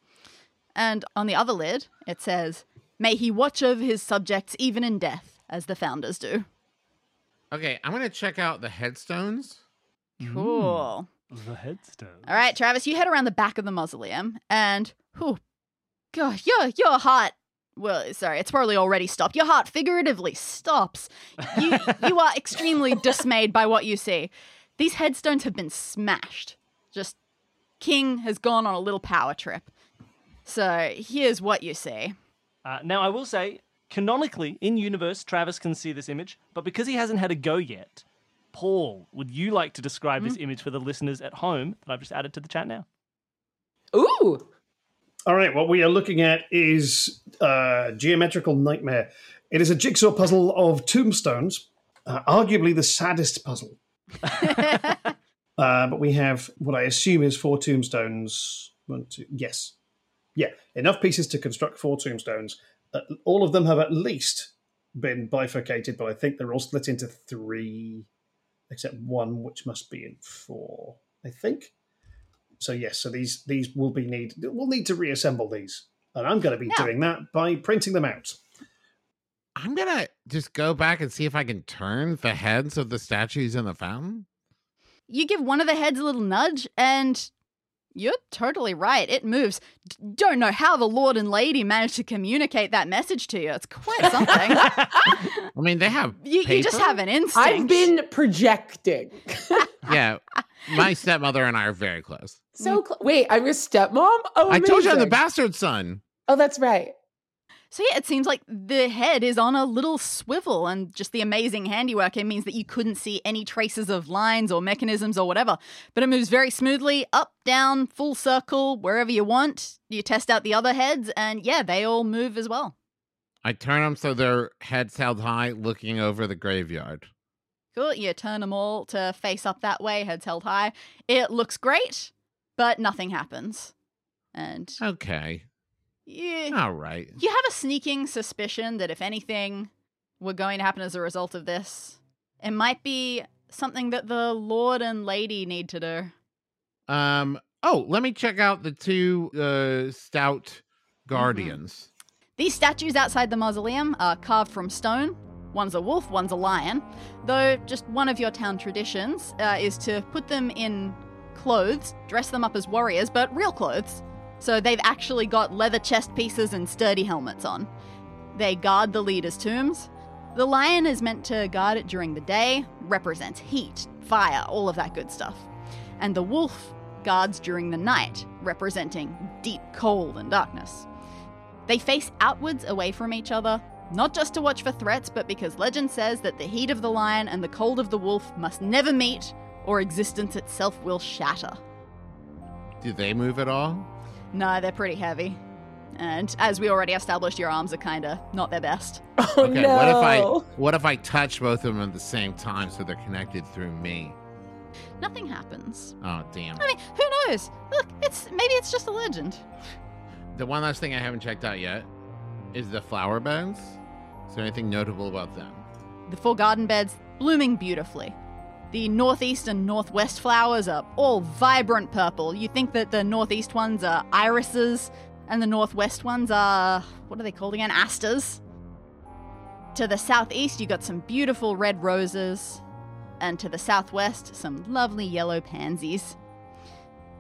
Speaker 2: And on the other lid, it says, May he watch over his subjects even in death, as the founders do.
Speaker 3: Okay, I'm gonna check out the headstones.
Speaker 2: Cool.
Speaker 1: The headstone.
Speaker 2: All right, Travis, you head around the back of the mausoleum, and, whew, God, your, your heart. Well, sorry, it's probably already stopped. Your heart figuratively stops. You, you are extremely dismayed by what you see. These headstones have been smashed. Just King has gone on a little power trip. So here's what you see.
Speaker 1: Uh, now, I will say, canonically, in universe, Travis can see this image, but because he hasn't had a go yet, Paul, would you like to describe
Speaker 2: Mm-hmm.
Speaker 1: this image for the listeners at home that I've just added to the chat now?
Speaker 4: Ooh,
Speaker 5: All right, what we are looking at is uh, Geometrical Nightmare. It is a jigsaw puzzle of tombstones, uh, arguably the saddest puzzle. uh, but we have what I assume is four tombstones. One, two, yes. Yeah, enough pieces to construct four tombstones. Uh, all of them have at least been bifurcated, but I think they're all split into three, except one, which must be in four, I think. So yes, so these these will be need we'll need to reassemble these, and I'm going to be
Speaker 2: Yeah.
Speaker 5: doing that by printing them out.
Speaker 3: I'm gonna just go back and see if I can turn the heads of the statues in the fountain.
Speaker 2: You give one of the heads a little nudge, and you're totally right. It moves. D- don't know how the Lord and Lady managed to communicate that message to you. It's quite something.
Speaker 3: I mean, they have.
Speaker 2: you, you just
Speaker 3: paper?
Speaker 2: have an instinct.
Speaker 4: I've been projecting.
Speaker 3: Yeah, my stepmother and I are very close.
Speaker 4: so cl- wait, I'm your stepmom. Oh,
Speaker 3: I told you I'm the
Speaker 4: amazing.
Speaker 3: bastard son.
Speaker 4: Oh, that's right.
Speaker 2: So yeah, it seems like the head is on a little swivel, and just the amazing handiwork it means that you couldn't see any traces of lines or mechanisms or whatever. But it moves very smoothly, up, down, full circle, wherever you want. You test out the other heads, and yeah, they all move as well.
Speaker 3: I turn them so their heads held high, looking over the graveyard.
Speaker 2: Cool. You turn them all to face up that way, heads held high. It looks great, but nothing happens. And
Speaker 3: Okay,
Speaker 4: Eh.
Speaker 2: you,
Speaker 3: all right.
Speaker 2: you have a sneaking suspicion that if anything were going to happen as a result of this, it might be something that the Lord and Lady need to do.
Speaker 3: Um. Oh, let me check out the two uh, stout
Speaker 4: Mm-hmm.
Speaker 3: guardians.
Speaker 2: These statues outside the mausoleum are carved from stone. One's a wolf, one's a lion. Though, just one of your town traditions uh, is to put them in clothes, dress them up as warriors, but real clothes. So they've actually got leather chest pieces and sturdy helmets on. They guard the leaders' tombs. The lion is meant to guard it during the day, represents heat, fire, all of that good stuff. And the wolf guards during the night, representing deep cold and darkness. They face outwards away from each other, not just to watch for threats, but because legend says that the heat of the lion and the cold of the wolf must never meet, or existence itself will shatter.
Speaker 3: Do they move at all?
Speaker 2: No, they're pretty heavy. And as we already established, your arms are kinda not their best.
Speaker 4: Oh
Speaker 3: okay.
Speaker 4: no.
Speaker 3: What if I what if I touch both of them at the same time so they're connected through me?
Speaker 2: Nothing happens.
Speaker 3: Oh damn!
Speaker 2: I mean, who knows? Look, it's maybe it's just a legend.
Speaker 3: The one last thing I haven't checked out yet is the flower beds. Is there anything notable about them?
Speaker 2: The four garden beds blooming beautifully. The northeast and northwest flowers are all vibrant purple. You think that the northeast ones are irises and the northwest ones are what are they called again? Asters. To the southeast, you got some beautiful red roses, and to the southwest, some lovely yellow pansies.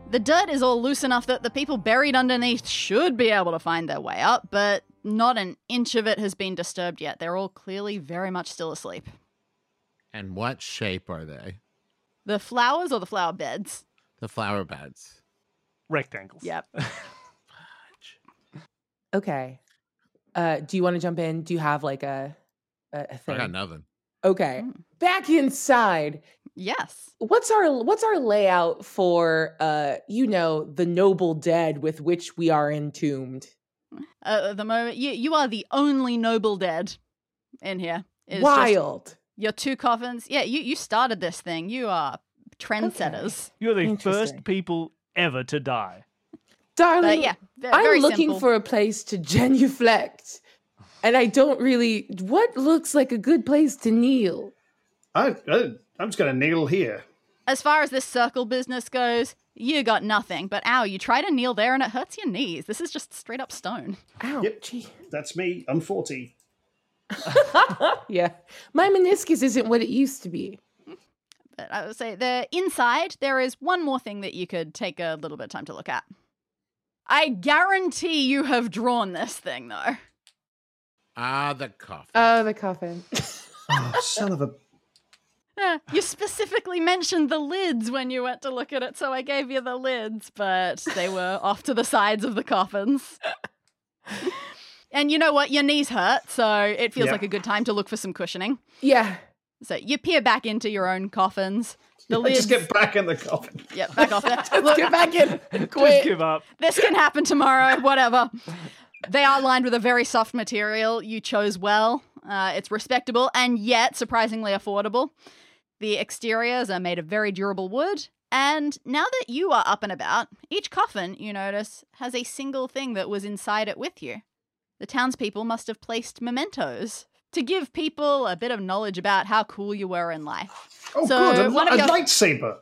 Speaker 2: The dirt is all loose enough that the people buried underneath should be able to find their way up, but not an inch of it has been disturbed yet. They're all clearly very much still asleep.
Speaker 3: And what shape are they?
Speaker 2: The flowers or the flower beds?
Speaker 3: The flower beds.
Speaker 1: Rectangles.
Speaker 2: Yep.
Speaker 4: Okay. Uh, do you want to jump in? Do you have like a a, a
Speaker 3: I got
Speaker 4: thing?
Speaker 3: nothing.
Speaker 4: Okay.
Speaker 2: Mm.
Speaker 4: Back inside.
Speaker 2: Yes.
Speaker 4: What's our what's our layout for uh you know the noble dead with which we are entombed?
Speaker 2: Uh, at the moment, you you are the only noble dead in here. It's just Uh,
Speaker 4: Wild.
Speaker 2: your two coffins. Yeah, you you started this thing. You are trendsetters.
Speaker 1: You're the
Speaker 4: Interesting.
Speaker 1: first people ever to die.
Speaker 4: Darling,
Speaker 2: But yeah, ve-
Speaker 4: I'm
Speaker 2: very
Speaker 4: looking
Speaker 2: simple.
Speaker 4: for a place to genuflect. And I don't really what looks like a good place to kneel.
Speaker 5: I, I, I'm just going to kneel here.
Speaker 2: As far as this circle business goes, you got nothing. But ow, you try to kneel there and it hurts your knees. This is just straight up stone.
Speaker 4: Ow.
Speaker 5: Yep.
Speaker 4: gee.
Speaker 5: That's me. I'm 40.
Speaker 4: yeah. My meniscus isn't what it used to be.
Speaker 2: But I would say the inside, there is one more thing that you could take a little bit of time to look at. I guarantee you have drawn this thing though.
Speaker 3: Ah, the coffin.
Speaker 2: Uh,
Speaker 4: Oh, the coffin.
Speaker 5: Oh, son of a.
Speaker 2: Yeah, Eh, you specifically mentioned the lids when you went to look at it, so I gave you the lids, but they were off to the sides of the coffins. and you know what? Your knees hurt, so it feels
Speaker 5: Yeah.
Speaker 2: like a good time to look for some cushioning.
Speaker 4: yeah.
Speaker 2: So you peer back into your own coffins. The lids.
Speaker 5: Just get back in the coffin.
Speaker 2: Yep, back off there.
Speaker 4: Let's
Speaker 2: Look,
Speaker 4: get back in.
Speaker 1: Just
Speaker 4: Quick.
Speaker 1: give up.
Speaker 2: this can happen tomorrow, whatever. They are lined with a very soft material. You chose well. Uh, it's respectable and yet surprisingly affordable. The exteriors are made of very durable wood. And now that you are up and about, each coffin, you notice, has a single thing that was inside it with you. The townspeople must have placed mementos to give people a bit of knowledge about how cool you were in life.
Speaker 5: Oh,
Speaker 2: So,
Speaker 5: God, a,
Speaker 2: one of
Speaker 5: a
Speaker 2: your-
Speaker 5: lightsaber.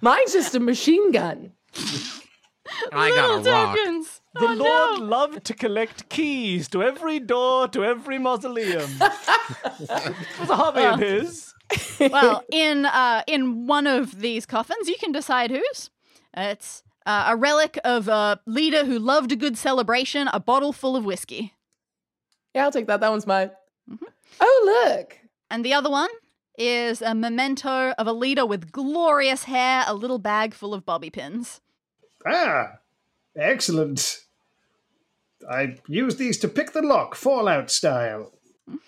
Speaker 4: Mine's just a machine gun.
Speaker 3: I got a rock.
Speaker 2: tokens.
Speaker 1: The
Speaker 2: oh,
Speaker 1: Lord
Speaker 2: no.
Speaker 1: loved to collect keys to every door, to every mausoleum. it was a hobby
Speaker 2: Oh.
Speaker 1: of his.
Speaker 2: well, in uh, in one of these coffins, you can decide whose. It's uh, a relic of a leader who loved a good celebration, a bottle full of whiskey,
Speaker 4: Yeah, I'll take that. That one's mine. Oh, look.
Speaker 2: and the other one is a memento of a leader with glorious hair, a little bag full of bobby pins.
Speaker 5: Ah, excellent. I use these to pick the lock, Fallout style.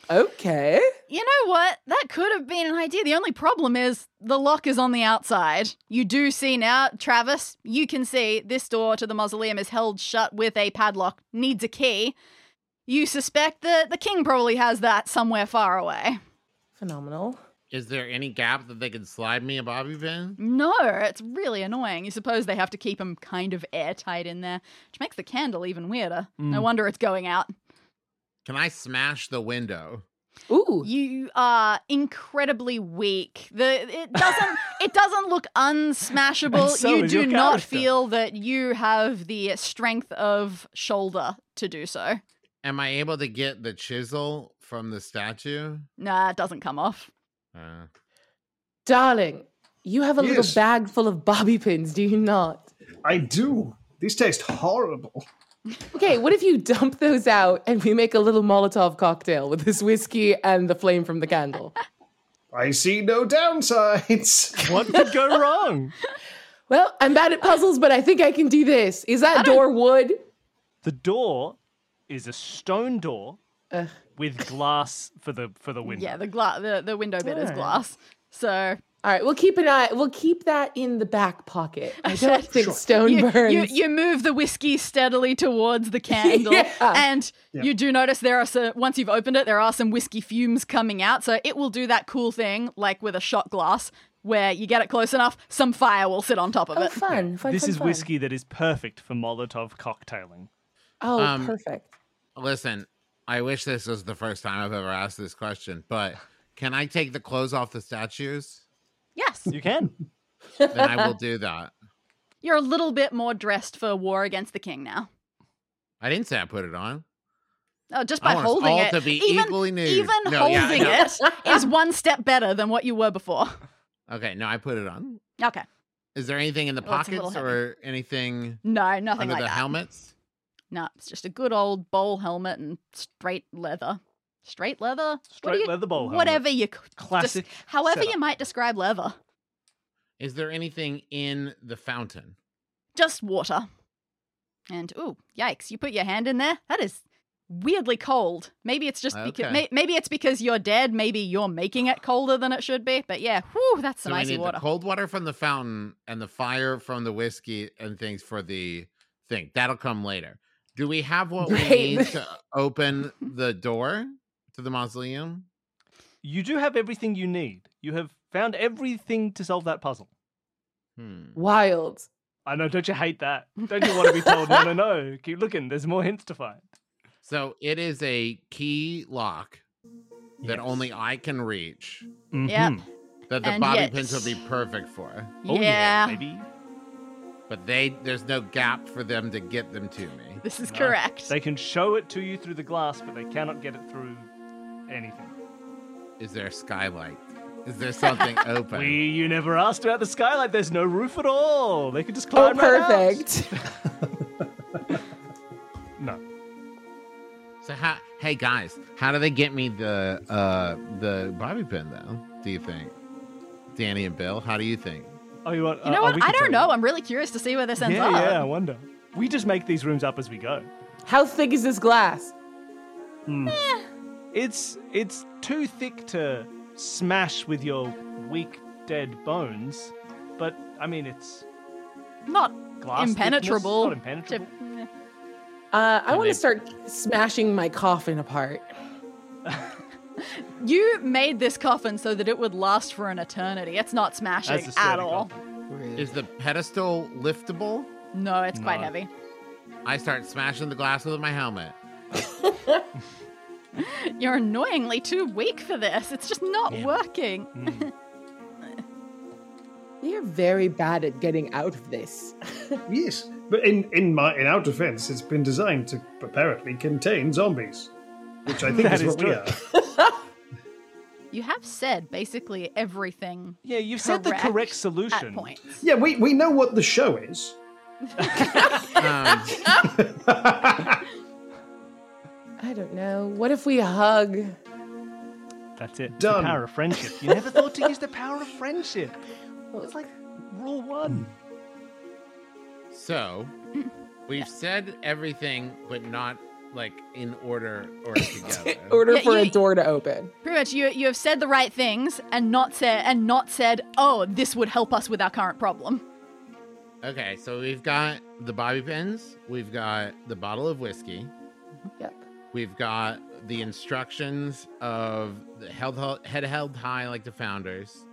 Speaker 4: Okay.
Speaker 2: You know what? That could have been an idea. The only problem is the lock is on the outside. You do see now, Travis, you can see this door to the mausoleum is held shut with a padlock, needs a key. You suspect that the king probably has that somewhere far away.
Speaker 4: Phenomenal.
Speaker 3: Is there any gap that they can slide me a bobby pin?
Speaker 2: No, it's really annoying. You suppose they have to keep him kind of airtight in there, which makes the candle even weirder. No wonder it's going out.
Speaker 3: Can I smash the window?
Speaker 4: Ooh.
Speaker 2: You are incredibly weak. The it doesn't it doesn't look unsmashable.
Speaker 1: And so
Speaker 2: you
Speaker 1: is
Speaker 2: do
Speaker 1: your
Speaker 2: not
Speaker 1: character.
Speaker 2: feel that you have the strength of shoulder to do so.
Speaker 3: Am I able to get the chisel from the statue?
Speaker 2: Nah, it doesn't come off.
Speaker 3: Uh,
Speaker 4: Darling, you have a little
Speaker 5: Yes.
Speaker 4: bag full of bobby pins, do you not?
Speaker 5: I do. These taste horrible.
Speaker 4: Okay, what if you dump those out and we make a little Molotov cocktail with this whiskey and the flame from the candle?
Speaker 5: I see no downsides.
Speaker 1: What could go wrong?
Speaker 4: Well, I'm bad at puzzles, but I think I can do this. Is that door wood?
Speaker 1: The door is a stone door
Speaker 4: Ugh.
Speaker 1: with glass for the for the window.
Speaker 2: Yeah, the gla- the, the window bit is
Speaker 4: Alright.
Speaker 2: glass. So
Speaker 4: All right, we'll keep an eye. We'll keep that in the back pocket. I don't think stone
Speaker 2: you,
Speaker 4: burns.
Speaker 2: you you move the whiskey steadily towards the candle,
Speaker 4: Yeah.
Speaker 2: and you do notice there are some, once you've opened it, there are some whiskey fumes coming out. So it will do that cool thing, like with a shot glass, where you get it close enough, some fire will sit on top of
Speaker 4: oh,
Speaker 2: it.
Speaker 4: fun, fun.
Speaker 1: This
Speaker 4: fun,
Speaker 1: is
Speaker 4: fun.
Speaker 1: whiskey that is perfect for Molotov cocktailing.
Speaker 4: Oh,
Speaker 3: Um,
Speaker 4: perfect.
Speaker 3: listen, I wish this was the first time I've ever asked this question, but can I take the clothes off the statues?
Speaker 2: Yes,
Speaker 1: You can.
Speaker 3: Then I will do that.
Speaker 2: you're a little bit more dressed for war against the king now.
Speaker 3: I didn't say I put it on.
Speaker 2: Oh, just
Speaker 3: I
Speaker 2: by
Speaker 3: want us
Speaker 2: holding
Speaker 3: all
Speaker 2: it,
Speaker 3: to be
Speaker 2: even
Speaker 3: equally nude.
Speaker 2: even
Speaker 3: No, yeah, I
Speaker 2: holding
Speaker 3: know.
Speaker 2: it is one step better than what you were before.
Speaker 3: Okay, no, I put it on.
Speaker 2: Okay,
Speaker 3: Is there anything in the
Speaker 2: Well, it's a little
Speaker 3: pockets or anything
Speaker 2: no, nothing
Speaker 3: under
Speaker 2: like
Speaker 3: the
Speaker 2: that.
Speaker 3: helmets?
Speaker 2: No, it's just a good old bowl helmet and straight leather. Straight leather? What do
Speaker 1: Straight
Speaker 2: you-
Speaker 1: leather bowl helmet.
Speaker 2: Whatever you. c-
Speaker 1: Classic
Speaker 2: However, you
Speaker 1: setup.
Speaker 2: might describe leather.
Speaker 3: Is there anything in the fountain?
Speaker 2: Just water. And ooh, yikes! You put your hand in there. That is weirdly cold. Maybe it's just
Speaker 3: Okay.
Speaker 2: because may- maybe it's because you're dead. Maybe you're making it colder than it should be. But yeah, whew, that's some
Speaker 3: so we
Speaker 2: icy
Speaker 3: need
Speaker 2: water.
Speaker 3: the cold water from the fountain and the fire from the whiskey and things for the thing. That'll come later. Do we have what we
Speaker 4: Right.
Speaker 3: need to open the door to the mausoleum?
Speaker 1: You do have everything you need. You have found everything to solve that puzzle.
Speaker 3: Hmm.
Speaker 4: Wild.
Speaker 1: I know, don't you hate that? Don't you want to be told, no, no, no, keep looking, there's more hints to find?
Speaker 3: So it is a key lock
Speaker 1: Yes.
Speaker 3: that only I can reach.
Speaker 2: Yep.
Speaker 1: Mhm.
Speaker 3: That the
Speaker 2: And
Speaker 3: Bobby
Speaker 2: yet-
Speaker 3: pins would be perfect for.
Speaker 1: Oh, yeah.
Speaker 2: yeah,
Speaker 1: baby.
Speaker 3: But they there's no gap for them to get them to me.
Speaker 2: this is
Speaker 1: No.
Speaker 2: correct.
Speaker 1: They can show it to you through the glass, but they cannot get it through anything.
Speaker 3: Is there a skylight? Is there something open?
Speaker 1: We, you never asked about the skylight. There's no roof at all. They could just
Speaker 4: Oh,
Speaker 1: climb right out.
Speaker 4: perfect.
Speaker 1: No.
Speaker 3: So how, hey guys, how do they get me the uh the bobby pin though? Do you think, Danny and Bill? How do you think?
Speaker 1: Oh, you want?
Speaker 2: You know
Speaker 1: uh, oh, we
Speaker 2: what?
Speaker 1: can
Speaker 2: I don't
Speaker 1: tell
Speaker 2: know. I'm really curious to see where this
Speaker 1: you.
Speaker 2: ends
Speaker 1: Yeah,
Speaker 2: up.
Speaker 1: yeah. I wonder. We just make these rooms up as we go.
Speaker 4: How thick is this glass?
Speaker 1: It's it's too thick to smash with your weak dead bones, but I mean it's
Speaker 2: Not
Speaker 1: glass. thickness,
Speaker 2: impenetrable.
Speaker 1: Not impenetrable.
Speaker 2: to- eh.
Speaker 4: Uh, I want
Speaker 3: they-
Speaker 4: to start smashing my coffin apart.
Speaker 2: You made this coffin so that it would last for an eternity. It's not smashing
Speaker 1: That's a
Speaker 2: at
Speaker 1: sturdy
Speaker 2: all.
Speaker 1: coffin.
Speaker 3: Is the pedestal liftable?
Speaker 2: No, it's quite
Speaker 1: No.
Speaker 2: heavy.
Speaker 3: I start smashing the glass with my helmet.
Speaker 2: You're annoyingly too weak for this. It's just not working.
Speaker 1: Mm.
Speaker 4: You're very bad at getting out of this.
Speaker 5: Yes, but in in my in our defense, it's been designed to apparently contain zombies, which I think
Speaker 1: That
Speaker 5: is
Speaker 1: is
Speaker 5: what we
Speaker 1: true.
Speaker 5: are.
Speaker 2: You have said basically everything
Speaker 1: Yeah, you've said the
Speaker 2: correct
Speaker 1: correct
Speaker 2: at
Speaker 1: solution.
Speaker 2: points.
Speaker 5: Yeah, we we know what the show is.
Speaker 3: Um,
Speaker 4: I don't know. What if we hug?
Speaker 1: That's it. It's
Speaker 5: Done.
Speaker 1: The power of friendship. You never thought to use the power of friendship. It was like rule one.
Speaker 3: so we've said everything, but not like in order or together.
Speaker 4: Order
Speaker 2: Yeah,
Speaker 4: for a
Speaker 2: you-
Speaker 4: door to open.
Speaker 2: Pretty much, you you have said the right things and not said and not said. Oh, this would help us with our current problem.
Speaker 3: okay, so we've got the bobby pins. We've got the bottle of whiskey.
Speaker 4: Yep.
Speaker 3: We've got the instructions of the held, head held high like the founders,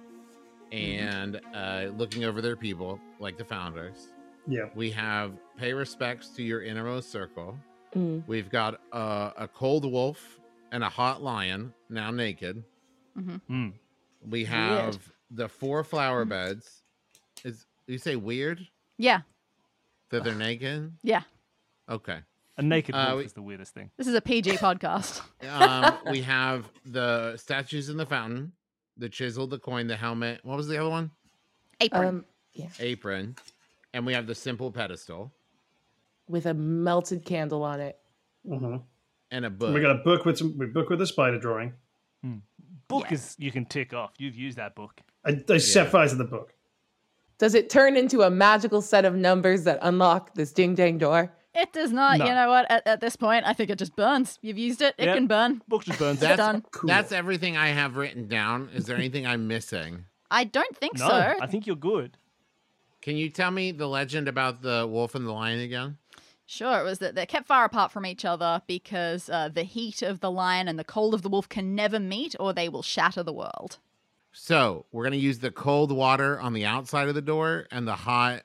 Speaker 3: and uh, looking over their people like the founders.
Speaker 5: Yeah,
Speaker 3: We have pay respects to your innermost circle.
Speaker 4: Mm.
Speaker 3: We've got uh, a cold wolf and a hot lion now naked.
Speaker 1: Hmm.
Speaker 3: We have the four flower beds. Is you say weird
Speaker 2: Yeah,
Speaker 3: that they're naked?
Speaker 2: yeah.
Speaker 3: Okay.
Speaker 1: A naked
Speaker 3: Uh,
Speaker 1: wolf
Speaker 3: we-
Speaker 1: is the weirdest thing.
Speaker 2: This is a PG podcast.
Speaker 3: um, we have the statues in the fountain, the chisel, the coin, the helmet. What was the other one?
Speaker 2: Apron.
Speaker 4: Um, yeah.
Speaker 3: Apron. And we have the simple pedestal
Speaker 4: With a melted candle on it.
Speaker 5: hmm
Speaker 3: and a book.
Speaker 5: we got a book with some we book with a spider drawing.
Speaker 1: Book
Speaker 2: Yeah.
Speaker 1: is you can tick off. You've used that book.
Speaker 5: I, I set fire to the book.
Speaker 4: Does it turn into a magical set of numbers that unlock this ding dang door?
Speaker 2: it does not.
Speaker 1: no.
Speaker 2: You know what? At, at this point, I think it just burns. You've used it. It
Speaker 1: Yep.
Speaker 2: can burn.
Speaker 1: Book just burns.
Speaker 3: That's,
Speaker 2: done.
Speaker 3: that's everything I have written down. Is there anything I'm missing?
Speaker 2: I don't think
Speaker 1: no,
Speaker 2: so.
Speaker 1: I think you're good.
Speaker 3: Can you tell me the legend about the wolf and the lion again?
Speaker 2: Sure, it was that they're kept far apart from each other because uh, the heat of the lion and the cold of the wolf can never meet or they will shatter the world.
Speaker 3: So we're going to use the cold water on the outside of the door and the hot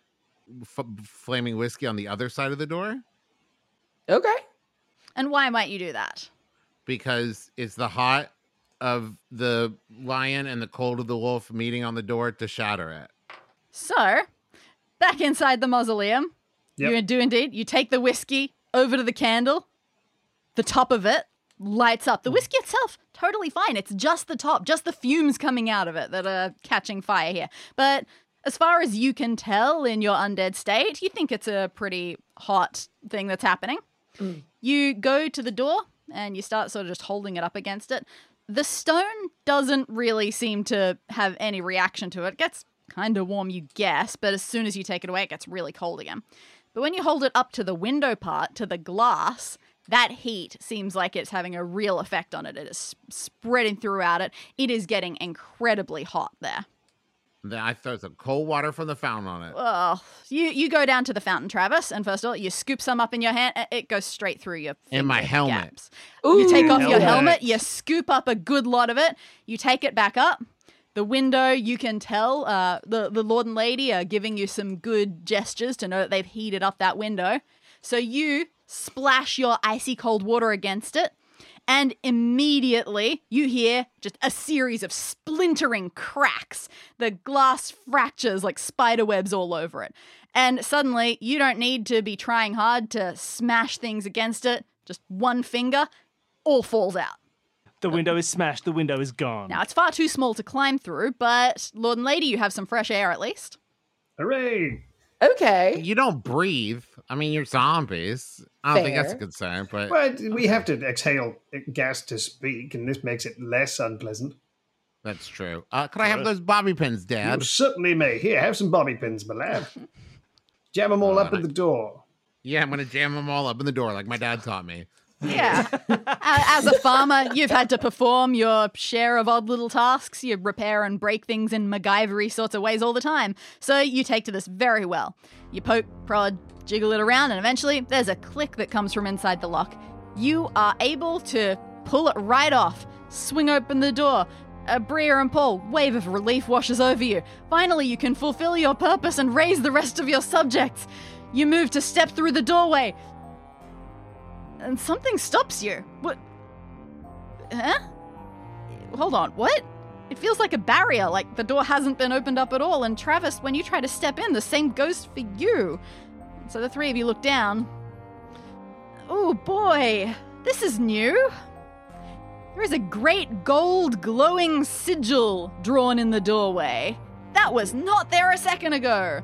Speaker 3: f- flaming whiskey on the other side of the door
Speaker 4: Okay.
Speaker 2: And why might you do that?
Speaker 3: because it's the hot of the lion and the cold of the wolf meeting on the door to shatter it.
Speaker 2: So, back inside the mausoleum,
Speaker 5: Yep.
Speaker 2: you do indeed. You take the whiskey over to the candle, the top of it lights up. The whiskey itself, totally fine. It's just the top, just the fumes coming out of it that are catching fire here. But as far as you can tell in your undead state, you think it's a pretty hot thing that's happening. You go to the door and you start sort of just holding it up against it. The stone doesn't really seem to have any reaction to it. It gets Kinda warm, you guess, but as soon as you take it away, it gets really cold again. But when you hold it up to the window part, to the glass, that heat seems like it's having a real effect on it. It is sp- spreading throughout it. It is getting incredibly hot there.
Speaker 3: Then I throw some cold water from the fountain on it.
Speaker 2: Oh, you you go down to the fountain, Travis, and first of all, you scoop some up in your hand. It goes straight through your
Speaker 3: And my
Speaker 2: finger
Speaker 3: helmet.
Speaker 2: gaps. You take off your
Speaker 1: Helmet.
Speaker 2: helmet. You scoop up a good lot of it. You take it back up. The window, you can tell uh, the the lord and lady are giving you some good gestures to know that they've heated up that window. So you splash your icy cold water against it, and immediately you hear just a series of splintering cracks. The glass fractures like spider webs all over it. And suddenly, you don't need to be trying hard to smash things against it. Just one finger, all falls out.
Speaker 1: The window is smashed. The window is gone.
Speaker 2: Now, it's far too small to climb through, but Lord and Lady, you have some fresh air at least.
Speaker 5: Hooray!
Speaker 4: Okay.
Speaker 3: You don't breathe. I mean, you're zombies. I don't think that's a
Speaker 4: Fair.
Speaker 3: concern, but
Speaker 5: But we have to exhale gas to speak, and this makes it less unpleasant.
Speaker 3: that's true. Uh, could I have those bobby pins, Dad?
Speaker 5: You certainly may. Here, have some bobby pins, my lad. Jam them all up at the door.
Speaker 3: Yeah, I'm gonna jam them all up in the door like my dad taught me.
Speaker 2: Yeah. A- As a farmer, you've had to perform your share of odd little tasks. You repair and break things in MacGyvery sorts of ways all the time. So you take to this very well. You poke, prod, jiggle it around, and eventually there's a click that comes from inside the lock. You are able to pull it right off, swing open the door. A Bria and Paul wave of relief washes over you. Finally, you can fulfill your purpose and raise the rest of your subjects. You move to step through the doorway, and something stops you. What? Huh? Hold on, what? It feels like a barrier, like the door hasn't been opened up at all, and Travis, when you try to step in, the same goes for you. So the three of you look down. Oh boy, this is new. There is a great gold glowing sigil drawn in the doorway. That was not there a second ago.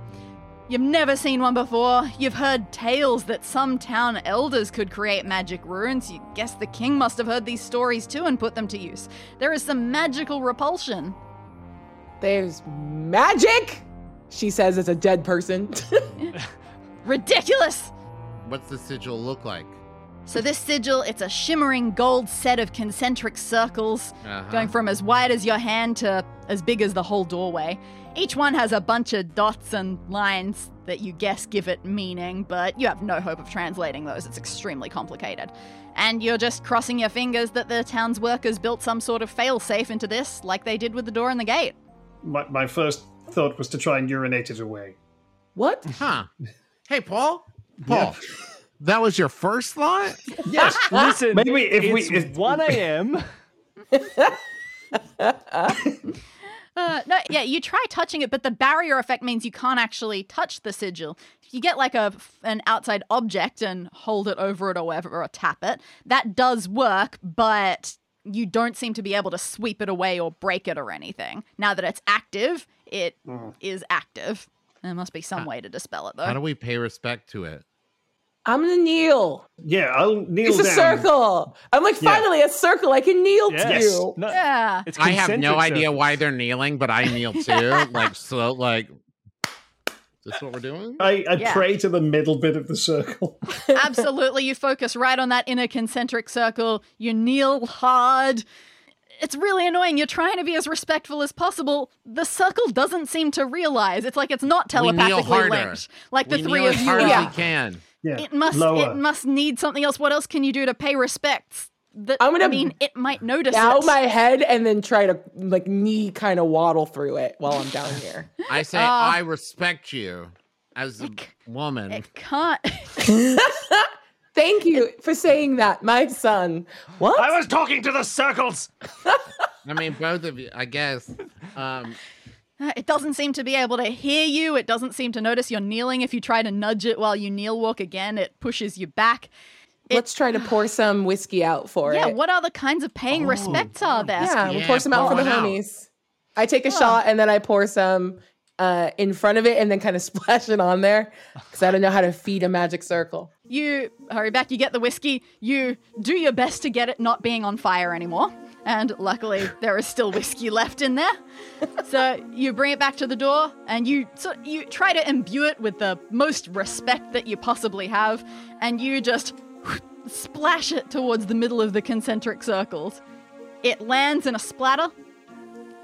Speaker 2: You've never seen one before. You've heard tales that some town elders could create magic runes. You guess the king must have heard these stories too and put them to use. There is some magical repulsion.
Speaker 4: There's magic. She says as a dead person.
Speaker 2: Ridiculous!
Speaker 3: What's the sigil look like?
Speaker 2: So, this sigil, it's a shimmering gold set of concentric circles
Speaker 3: Uh-huh.
Speaker 2: going from as wide as your hand to as big as the whole doorway. Each one has a bunch of dots and lines that you guess give it meaning, but you have no hope of translating those. It's extremely complicated. And you're just crossing your fingers that the town's workers built some sort of failsafe into this, like they did with the door and the gate.
Speaker 5: My, my first thought was to try and urinate it away.
Speaker 4: what?
Speaker 3: huh? Hey, Paul. Paul, that was your first thought.
Speaker 5: Yes.
Speaker 1: Listen,
Speaker 5: Maybe if we-
Speaker 1: it's
Speaker 5: if-
Speaker 1: 1 a.m.
Speaker 2: Uh, no, yeah, you try touching it, but the barrier effect means you can't actually touch the sigil. If you get like a an outside object and hold it over it or whatever, or tap it, that does work, but you don't seem to be able to sweep it away or break it or anything. Now that it's active, it is active. There must be some way to dispel it,
Speaker 3: How do
Speaker 2: though.
Speaker 3: we pay respect to it?
Speaker 4: I'm gonna kneel.
Speaker 5: yeah, I'll kneel
Speaker 4: It's a
Speaker 5: down.
Speaker 4: circle. I'm like,
Speaker 5: Yeah.
Speaker 4: finally a circle I can kneel
Speaker 1: Yes.
Speaker 4: to.
Speaker 1: No,
Speaker 2: Yeah.
Speaker 1: it's
Speaker 3: I have no
Speaker 1: concentric
Speaker 3: idea
Speaker 1: circles.
Speaker 3: why they're kneeling, but I kneel too. like so, like. Is this what we're doing?
Speaker 5: I, I
Speaker 2: Yeah.
Speaker 5: pray to the middle bit of the circle.
Speaker 2: Absolutely. You focus right on that inner concentric circle. You kneel hard. It's really annoying. You're trying to be as respectful as possible. The circle doesn't seem to realize. It's like it's not
Speaker 3: We kneel
Speaker 2: telepathically
Speaker 3: harder.
Speaker 2: linked. Like the
Speaker 3: We
Speaker 2: three
Speaker 3: kneel
Speaker 2: of
Speaker 3: as
Speaker 2: you
Speaker 3: hard
Speaker 2: are.
Speaker 3: as
Speaker 4: Yeah.
Speaker 3: we can.
Speaker 5: Yeah.
Speaker 2: It must
Speaker 5: Lower.
Speaker 2: it must need something else. What else can you do to pay respects? That
Speaker 4: I'm gonna
Speaker 2: mean it might notice
Speaker 4: Bow
Speaker 3: oh
Speaker 2: it.
Speaker 4: my head and then try to like knee kind of waddle through it while I'm down here.
Speaker 3: I say
Speaker 2: Uh,
Speaker 3: I respect you as a woman.
Speaker 2: it can't
Speaker 4: Thank you for saying that, my son. What?
Speaker 1: I was talking to the circles.
Speaker 3: I mean, both of you, I guess. Um,
Speaker 2: it doesn't seem to be able to hear you. It doesn't seem to notice you're kneeling. If you try to nudge it while you kneel walk again, it pushes you back.
Speaker 4: Let's try to pour some whiskey out for
Speaker 2: Yeah,
Speaker 4: it.
Speaker 2: what other kinds of paying respects are there?
Speaker 4: yeah, we'll
Speaker 3: Yeah,
Speaker 4: pour some out for
Speaker 3: pour
Speaker 4: the
Speaker 3: it out.
Speaker 4: homies. I take a shot and then I pour some uh, in front of it and then kind of splash it on there because I don't know how to feed a magic circle.
Speaker 2: You hurry back, you get the whiskey, you do your best to get it not being on fire anymore. and luckily there is still whiskey left in there. So you bring it back to the door, and you so you try to imbue it with the most respect that you possibly have, and you just splash it towards the middle of the concentric circles. It lands in a splatter,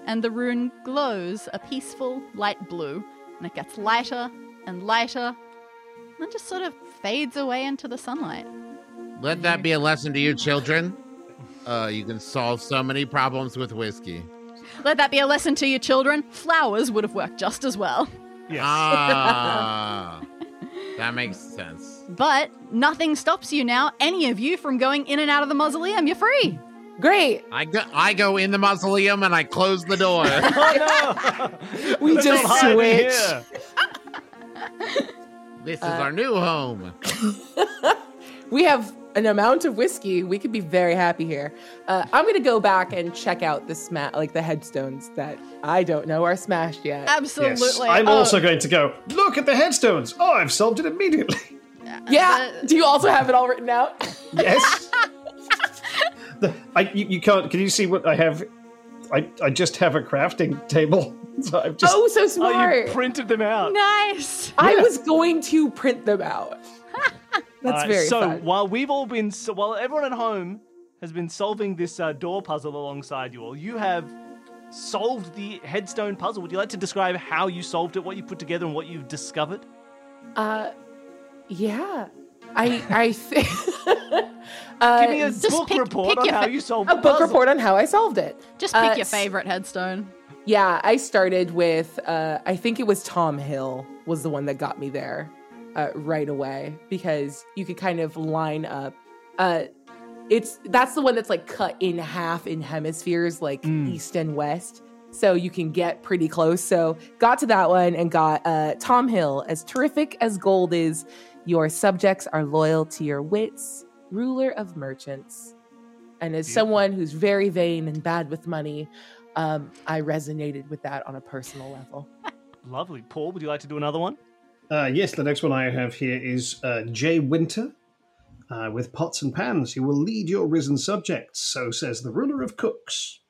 Speaker 2: and the rune glows a peaceful light blue, and it gets lighter and lighter, and then just sort of fades away into the sunlight.
Speaker 3: Let that be a lesson to you, children. Uh, you can solve so many problems with whiskey.
Speaker 2: Let that be a lesson to you, children. Flowers would have worked just as well.
Speaker 1: Yes.
Speaker 3: Uh, Ah, that makes sense.
Speaker 2: But nothing stops you now, any of you, from going in and out of the mausoleum. You're free.
Speaker 4: Great.
Speaker 3: I go, I go in the mausoleum and I close the door.
Speaker 1: oh no!
Speaker 4: We
Speaker 1: They're not
Speaker 4: just
Speaker 1: hiding
Speaker 4: switch.
Speaker 1: here.
Speaker 3: this is
Speaker 2: Uh,
Speaker 3: our new home.
Speaker 4: We have an amount of whiskey. We could be very happy here. Uh, I'm gonna go back and check out the sma- like the headstones that I don't know are smashed yet.
Speaker 2: Absolutely.
Speaker 5: Yes. I'm
Speaker 2: Oh,
Speaker 5: also going to go, look at the headstones. Oh, I've solved it immediately.
Speaker 4: yeah. Do you also have it all written out?
Speaker 5: yes. the, I, you, you can't, can you see what I have? I, I just have a crafting table. So I've just,
Speaker 4: oh, so
Speaker 1: Oh,
Speaker 4: smart.
Speaker 1: you printed them out.
Speaker 2: nice.
Speaker 4: I
Speaker 5: Yeah.
Speaker 4: was going to print them out. That's
Speaker 1: All right,
Speaker 4: very
Speaker 1: so
Speaker 4: fun.
Speaker 1: while we've all been, so while everyone at home has been solving this uh, door puzzle alongside you all, you have solved the headstone puzzle. Would you like to describe how you solved it, what you put together, and what you've discovered?
Speaker 4: Uh, yeah. I I think. Uh,
Speaker 1: Give me a
Speaker 2: just
Speaker 1: book
Speaker 2: pick-
Speaker 1: report
Speaker 2: pick
Speaker 1: on
Speaker 2: your
Speaker 1: how
Speaker 2: fa-
Speaker 1: you solved
Speaker 4: a
Speaker 1: the
Speaker 4: book
Speaker 1: puzzle.
Speaker 4: report on how I solved it.
Speaker 2: Just pick
Speaker 4: Uh,
Speaker 2: your
Speaker 4: s-
Speaker 2: favorite headstone.
Speaker 4: Yeah, I started with uh, I think it was Tom Hill was the one that got me there uh, right away because you could kind of line up. Uh, it's that's the one that's like cut in half in hemispheres, like east and west, so you can get pretty close. So got to that one and got uh, Tom Hill. As terrific as gold is, your subjects are loyal to your wits, ruler of merchants. And as
Speaker 1: Beautiful.
Speaker 4: someone who's very vain and bad with money, um, I resonated with that on a personal level.
Speaker 1: Lovely. Paul, would you like to do another one?
Speaker 5: Uh, yes, the next one I have here is uh, Jay Winter. Uh, with pots and pans, you will lead your risen subjects, so says the ruler of cooks.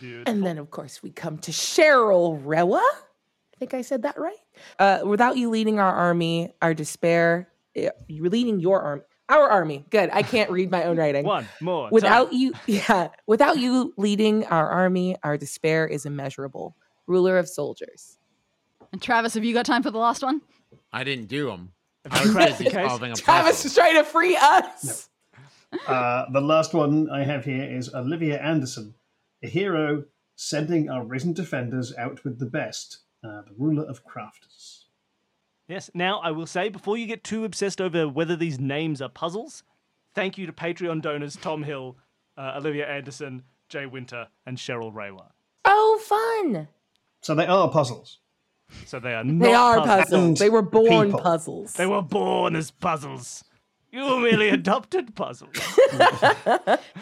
Speaker 1: Beautiful.
Speaker 4: And then, of course, we come to Cheryl Rewa. I think I said that right. Uh, without you leading our army, our despair, eh, you're leading your army, our army. Good. I can't read my own writing.
Speaker 1: One more.
Speaker 4: Without you, yeah, without you leading our army, our despair is immeasurable. Ruler of soldiers.
Speaker 2: And Travis, have you got time for the last one?
Speaker 3: I didn't do them.
Speaker 1: Have
Speaker 3: I
Speaker 1: you
Speaker 3: was
Speaker 1: cracked the
Speaker 3: busy
Speaker 1: case?
Speaker 3: solving a
Speaker 4: Travis
Speaker 3: puzzle.
Speaker 4: is trying to free us.
Speaker 5: Uh, the last one I have here is Olivia Anderson, a hero sending our risen defenders out with the best, uh, the ruler of crafters.
Speaker 1: Yes. Now, I will say, before you get too obsessed over whether these names are puzzles, thank you to Patreon donors Tom Hill, uh, Olivia Anderson, Jay Winter, and Cheryl Raywa.
Speaker 4: Oh, fun.
Speaker 5: So they are puzzles.
Speaker 1: So they are not
Speaker 4: They are
Speaker 1: puzzles.
Speaker 5: And
Speaker 4: puzzles. They were born
Speaker 5: people.
Speaker 4: puzzles.
Speaker 1: They were born as puzzles. You were merely adopted puzzles.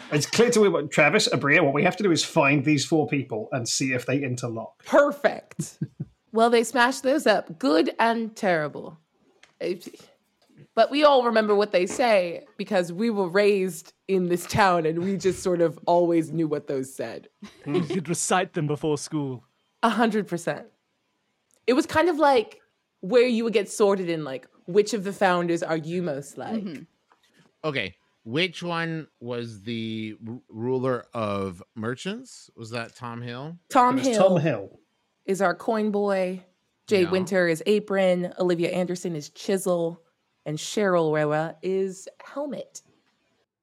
Speaker 5: It's clear to me what Travis, Abria, what we have to do is find these four people and see if they interlock.
Speaker 4: Perfect. well, they smashed those up, good and terrible. It- But we all remember what they say because we were raised in this town and we just sort of always knew what those said.
Speaker 1: you could recite them before school.
Speaker 4: A hundred percent. It was kind of like where you would get sorted in like which of the founders are you most like?
Speaker 3: Okay, which one was the r- ruler of merchants? Was that Tom Hill?
Speaker 4: Tom
Speaker 5: It was
Speaker 4: Hill
Speaker 5: Tom Hill.
Speaker 4: is our coin boy. Jay
Speaker 3: Yeah.
Speaker 4: Winter is apron. Olivia Anderson is chisel, and Cheryl Rewa is helmet.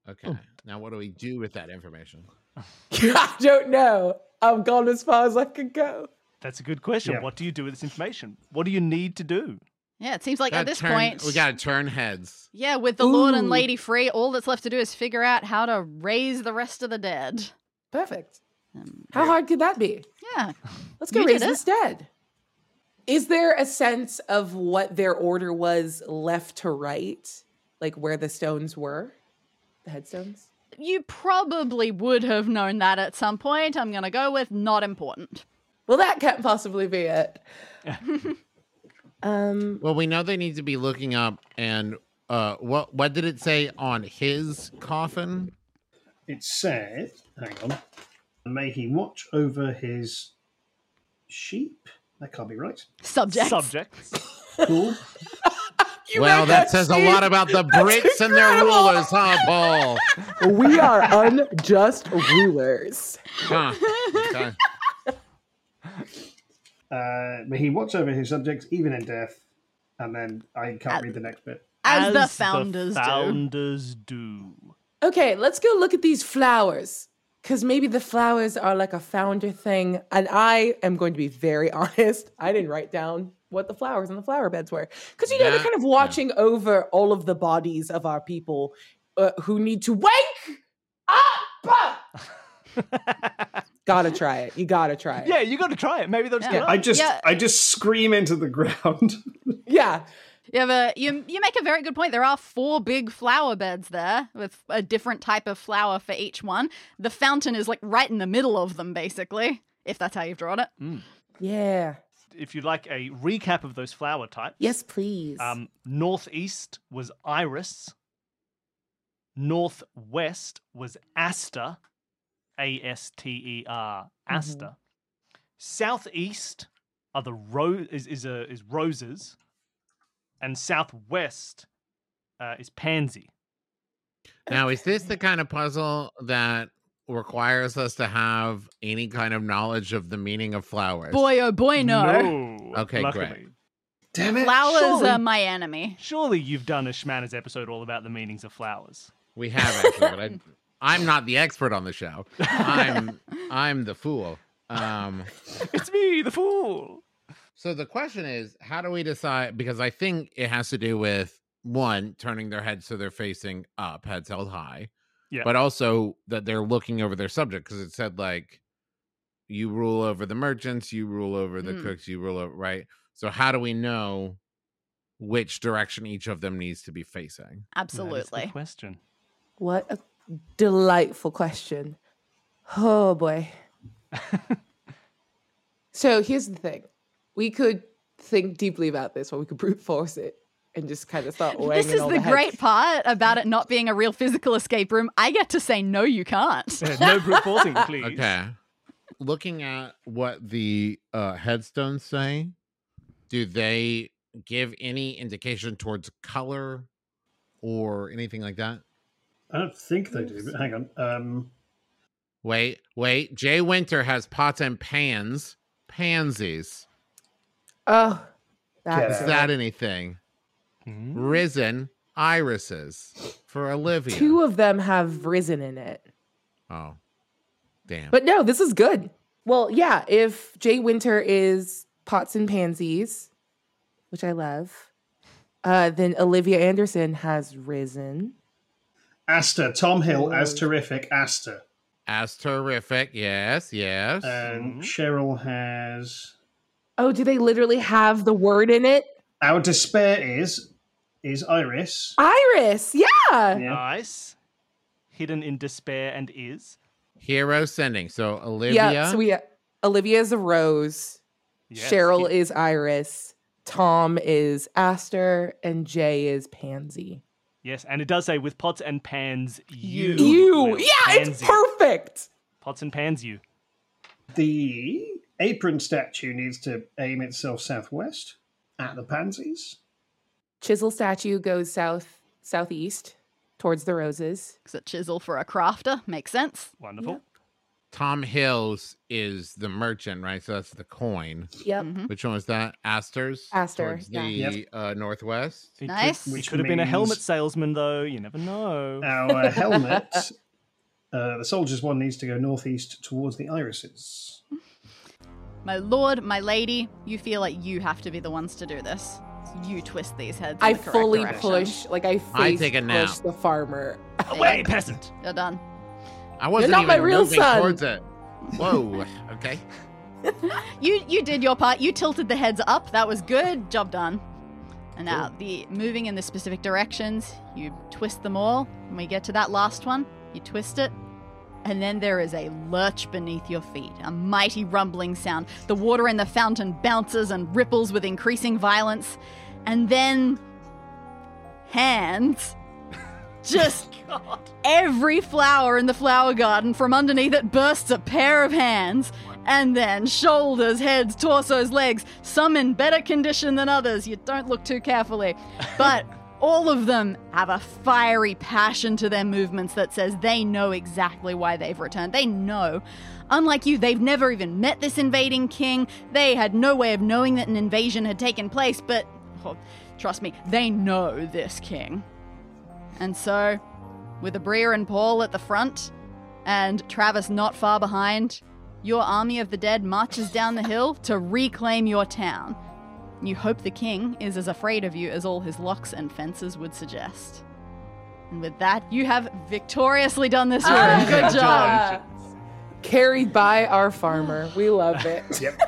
Speaker 3: Okay. Now, what do we do with that information?
Speaker 4: I don't know. I've gone as far as I could go.
Speaker 1: That's a good question.
Speaker 5: Yeah.
Speaker 1: What do you do with this information? What do you need to do?
Speaker 2: Yeah, it seems like at
Speaker 3: Gotta
Speaker 2: this
Speaker 3: turn-
Speaker 2: point,
Speaker 3: we got to turn heads.
Speaker 2: yeah, with the Lord and
Speaker 4: Ooh.
Speaker 2: Lady free, all that's left to do is figure out how to raise the rest of the dead.
Speaker 4: Perfect.
Speaker 2: Um,
Speaker 4: How hard could that be?
Speaker 2: yeah,
Speaker 4: Let's go
Speaker 2: You
Speaker 4: raise
Speaker 2: did it.
Speaker 4: this dead. Is there a sense of what their order was left to right? Like where the stones were? The headstones?
Speaker 2: you probably would have known that at some point. I'm gonna go with not important.
Speaker 4: Well, that can't possibly be it. um,
Speaker 3: Well, we know they need to be looking up and uh, what what did it say on his coffin?
Speaker 5: It said, hang on, may he watch over his sheep. That can't be right.
Speaker 2: Subjects.
Speaker 1: Subjects.
Speaker 5: Cool.
Speaker 3: well, that says a lot about the Brits and their
Speaker 4: incredible.
Speaker 3: rulers, huh, Paul?
Speaker 4: we are unjust rulers.
Speaker 3: Huh. Okay.
Speaker 5: uh, may he watch over his subjects even in death. And then I can't read the next bit.
Speaker 2: As, the founders
Speaker 1: the
Speaker 2: do.
Speaker 1: founders do.
Speaker 4: Okay, let's go look at these flowers. Because maybe the flowers are like a founder thing. And I am going to be very honest. I didn't write down what the flowers and the flower beds were. Because, you know, they're
Speaker 3: That-
Speaker 4: kind of watching over all of the bodies of our people uh, who need to wake up. gotta try it. You gotta try it.
Speaker 1: Yeah, you got to try it. Maybe they'll just
Speaker 2: Yeah.
Speaker 1: go,
Speaker 5: I just
Speaker 2: yeah.
Speaker 5: I just scream into the ground.
Speaker 4: Yeah.
Speaker 2: Yeah, but you you make a very good point. There are four big flower beds there with a different type of flower for each one. The fountain is like right in the middle of them, basically, if that's how you've drawn it.
Speaker 4: Yeah.
Speaker 1: if you'd like a recap of those flower types.
Speaker 4: Yes, please.
Speaker 1: Um, northeast was iris. Northwest was aster, A S T E R,
Speaker 3: Mm-hmm.
Speaker 1: aster. Southeast are the ro- is is, uh, is roses, and southwest uh, is pansy.
Speaker 3: Now, is this the kind of puzzle that requires us to have any kind of knowledge of the meaning of flowers?
Speaker 2: Boy, oh boy, no.
Speaker 3: Okay,
Speaker 1: luckily.
Speaker 3: great.
Speaker 5: Damn it!
Speaker 2: Flowers
Speaker 1: Surely-
Speaker 2: are my enemy.
Speaker 1: Surely you've done a Schmanners episode all about the meanings of flowers.
Speaker 3: We have actually, but I, I'm not the expert on the show. I'm I'm the fool. Um,
Speaker 1: It's me, the fool.
Speaker 3: so the question is, how do we decide? Because I think it has to do with one turning their heads so they're facing up, heads held high.
Speaker 1: Yeah.
Speaker 3: But also that they're looking over their subject because it said like, you rule over the merchants, you rule over the
Speaker 2: Mm.
Speaker 3: cooks, you rule over right. So how do we know which direction each of them needs to be facing?
Speaker 1: That is the
Speaker 2: Absolutely.
Speaker 1: question.
Speaker 4: What a delightful question. Oh boy. so here's the thing we could think deeply about this, or we could brute force it and just kind of start weighing
Speaker 2: This
Speaker 4: in
Speaker 2: is
Speaker 4: all
Speaker 2: the
Speaker 4: heads.
Speaker 2: great part about it not being a real physical escape room. I get to say, no, you can't.
Speaker 1: Yeah, no brute forcing, please.
Speaker 3: Okay. Looking at what the uh, headstones say, do they give any indication towards color or anything like that?
Speaker 5: I don't think they do. But hang on. Um,
Speaker 3: Wait, wait. Jay Winter has pots and pans, pansies.
Speaker 4: Oh, that's
Speaker 3: Is
Speaker 5: Yeah.
Speaker 3: that anything?
Speaker 1: Hmm?
Speaker 3: Risen irises for Olivia.
Speaker 4: two of them have risen in it.
Speaker 3: oh, damn.
Speaker 4: But no, this is good. Well, yeah, if Jay Winter is pots and pansies, which I love, uh, then Olivia Anderson has risen.
Speaker 5: Asta, Tom Hill as terrific Asta,
Speaker 3: As terrific. Yes, yes.
Speaker 4: Uh,
Speaker 5: and Cheryl has
Speaker 4: Oh, do they literally have the word in it?
Speaker 5: our despair is is Iris.
Speaker 4: Iris, yeah.
Speaker 5: Yeah.
Speaker 1: Nice. Hidden in despair and is.
Speaker 3: Hero sending. So Olivia.
Speaker 4: Yeah, so we Olivia is a rose,
Speaker 1: Yes.
Speaker 4: Cheryl
Speaker 1: He-
Speaker 4: is Iris, Tom is Aster, and Jay is Pansy.
Speaker 1: Yes, and it does say with pots and pans you.
Speaker 2: You.
Speaker 4: Ew,
Speaker 1: will
Speaker 4: yeah, it's
Speaker 1: pansy.
Speaker 4: perfect.
Speaker 1: Pots and pans you.
Speaker 5: The apron statue needs to aim itself southwest at the pansies.
Speaker 4: Chisel statue goes south southeast towards the roses.
Speaker 2: It's a chisel for a crafter. Makes sense.
Speaker 1: Wonderful.
Speaker 3: Tom Hills is the merchant, right? So that's the coin.
Speaker 4: Yep.
Speaker 2: Mhm.
Speaker 3: Which one was that? Astor's?
Speaker 4: Aster,
Speaker 3: Towards
Speaker 4: Mm-hmm. yeah.
Speaker 3: the
Speaker 5: Yep.
Speaker 3: uh, northwest.
Speaker 1: He could-
Speaker 2: Nice.
Speaker 1: he
Speaker 5: Which
Speaker 1: could have been a
Speaker 5: means-
Speaker 1: helmet salesman, though. You never know.
Speaker 4: Uh,
Speaker 5: Our helmet, uh, the soldier's one needs to go northeast towards the irises.
Speaker 2: My lord, my lady, you feel like you have to be the ones to do this. You twist these heads. in
Speaker 4: I
Speaker 2: the correct
Speaker 4: fully
Speaker 2: direction.
Speaker 4: push, like I face
Speaker 3: I take a nap.
Speaker 4: push the farmer.
Speaker 1: Away, peasant!
Speaker 2: You're done.
Speaker 3: I wasn't
Speaker 4: not
Speaker 3: even
Speaker 4: my real
Speaker 3: moving
Speaker 4: son.
Speaker 3: towards it. Whoa. Okay.
Speaker 2: You you did your part. You tilted the heads up. That was good. Job done. And now the moving in the specific directions. You twist them all. When we get to that last one, you twist it. And then there is a lurch beneath your feet, a mighty rumbling sound. The water in the fountain bounces and ripples with increasing violence. And then hands Just every flower in the flower garden from underneath it bursts a pair of hands, and then shoulders, heads, torsos, legs, some in better condition than others. You don't look too carefully. But all of them have a fiery passion to their movements that says they know exactly why they've returned. They know. Unlike you, they've never even met this invading king. They had no way of knowing that an invasion had taken place, but oh, trust me, they know this king. And so, with Abrea and Paul at the front, and Travis not far behind, your army of the dead marches down the hill to reclaim your town. You hope the king is as afraid of you as all his locks and fences would suggest. And with that, you have victoriously done this room.
Speaker 4: Ah,
Speaker 2: Oh, Good job.
Speaker 4: Carried by our farmer. We love it.
Speaker 5: Yep.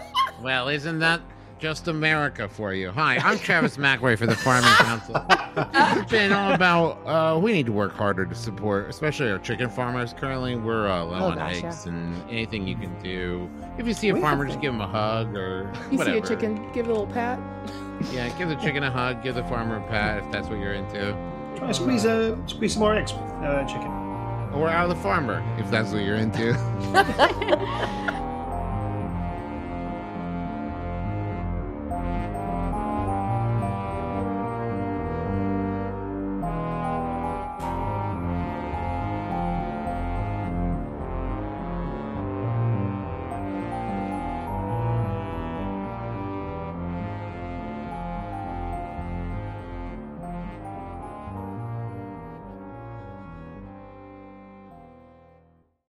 Speaker 3: Well, isn't that just America for you? Hi, I'm Travis McRae for the Farming Council. This has been all about uh, we need to work harder to support, especially our chicken farmers. Currently, we're uh, low
Speaker 4: Oh,
Speaker 3: on
Speaker 4: gosh,
Speaker 3: eggs, and anything you can do. If you see a
Speaker 4: We have
Speaker 3: farmer, just
Speaker 4: to-
Speaker 3: give him a hug or
Speaker 4: You
Speaker 3: whatever.
Speaker 4: see a chicken, give it a little pat.
Speaker 3: Yeah, give the chicken a hug. Give the farmer a pat if that's what you're into,
Speaker 5: Try to squeeze uh, squeeze some more eggs, uh, chicken.
Speaker 3: or out of the farmer if that's what you're into.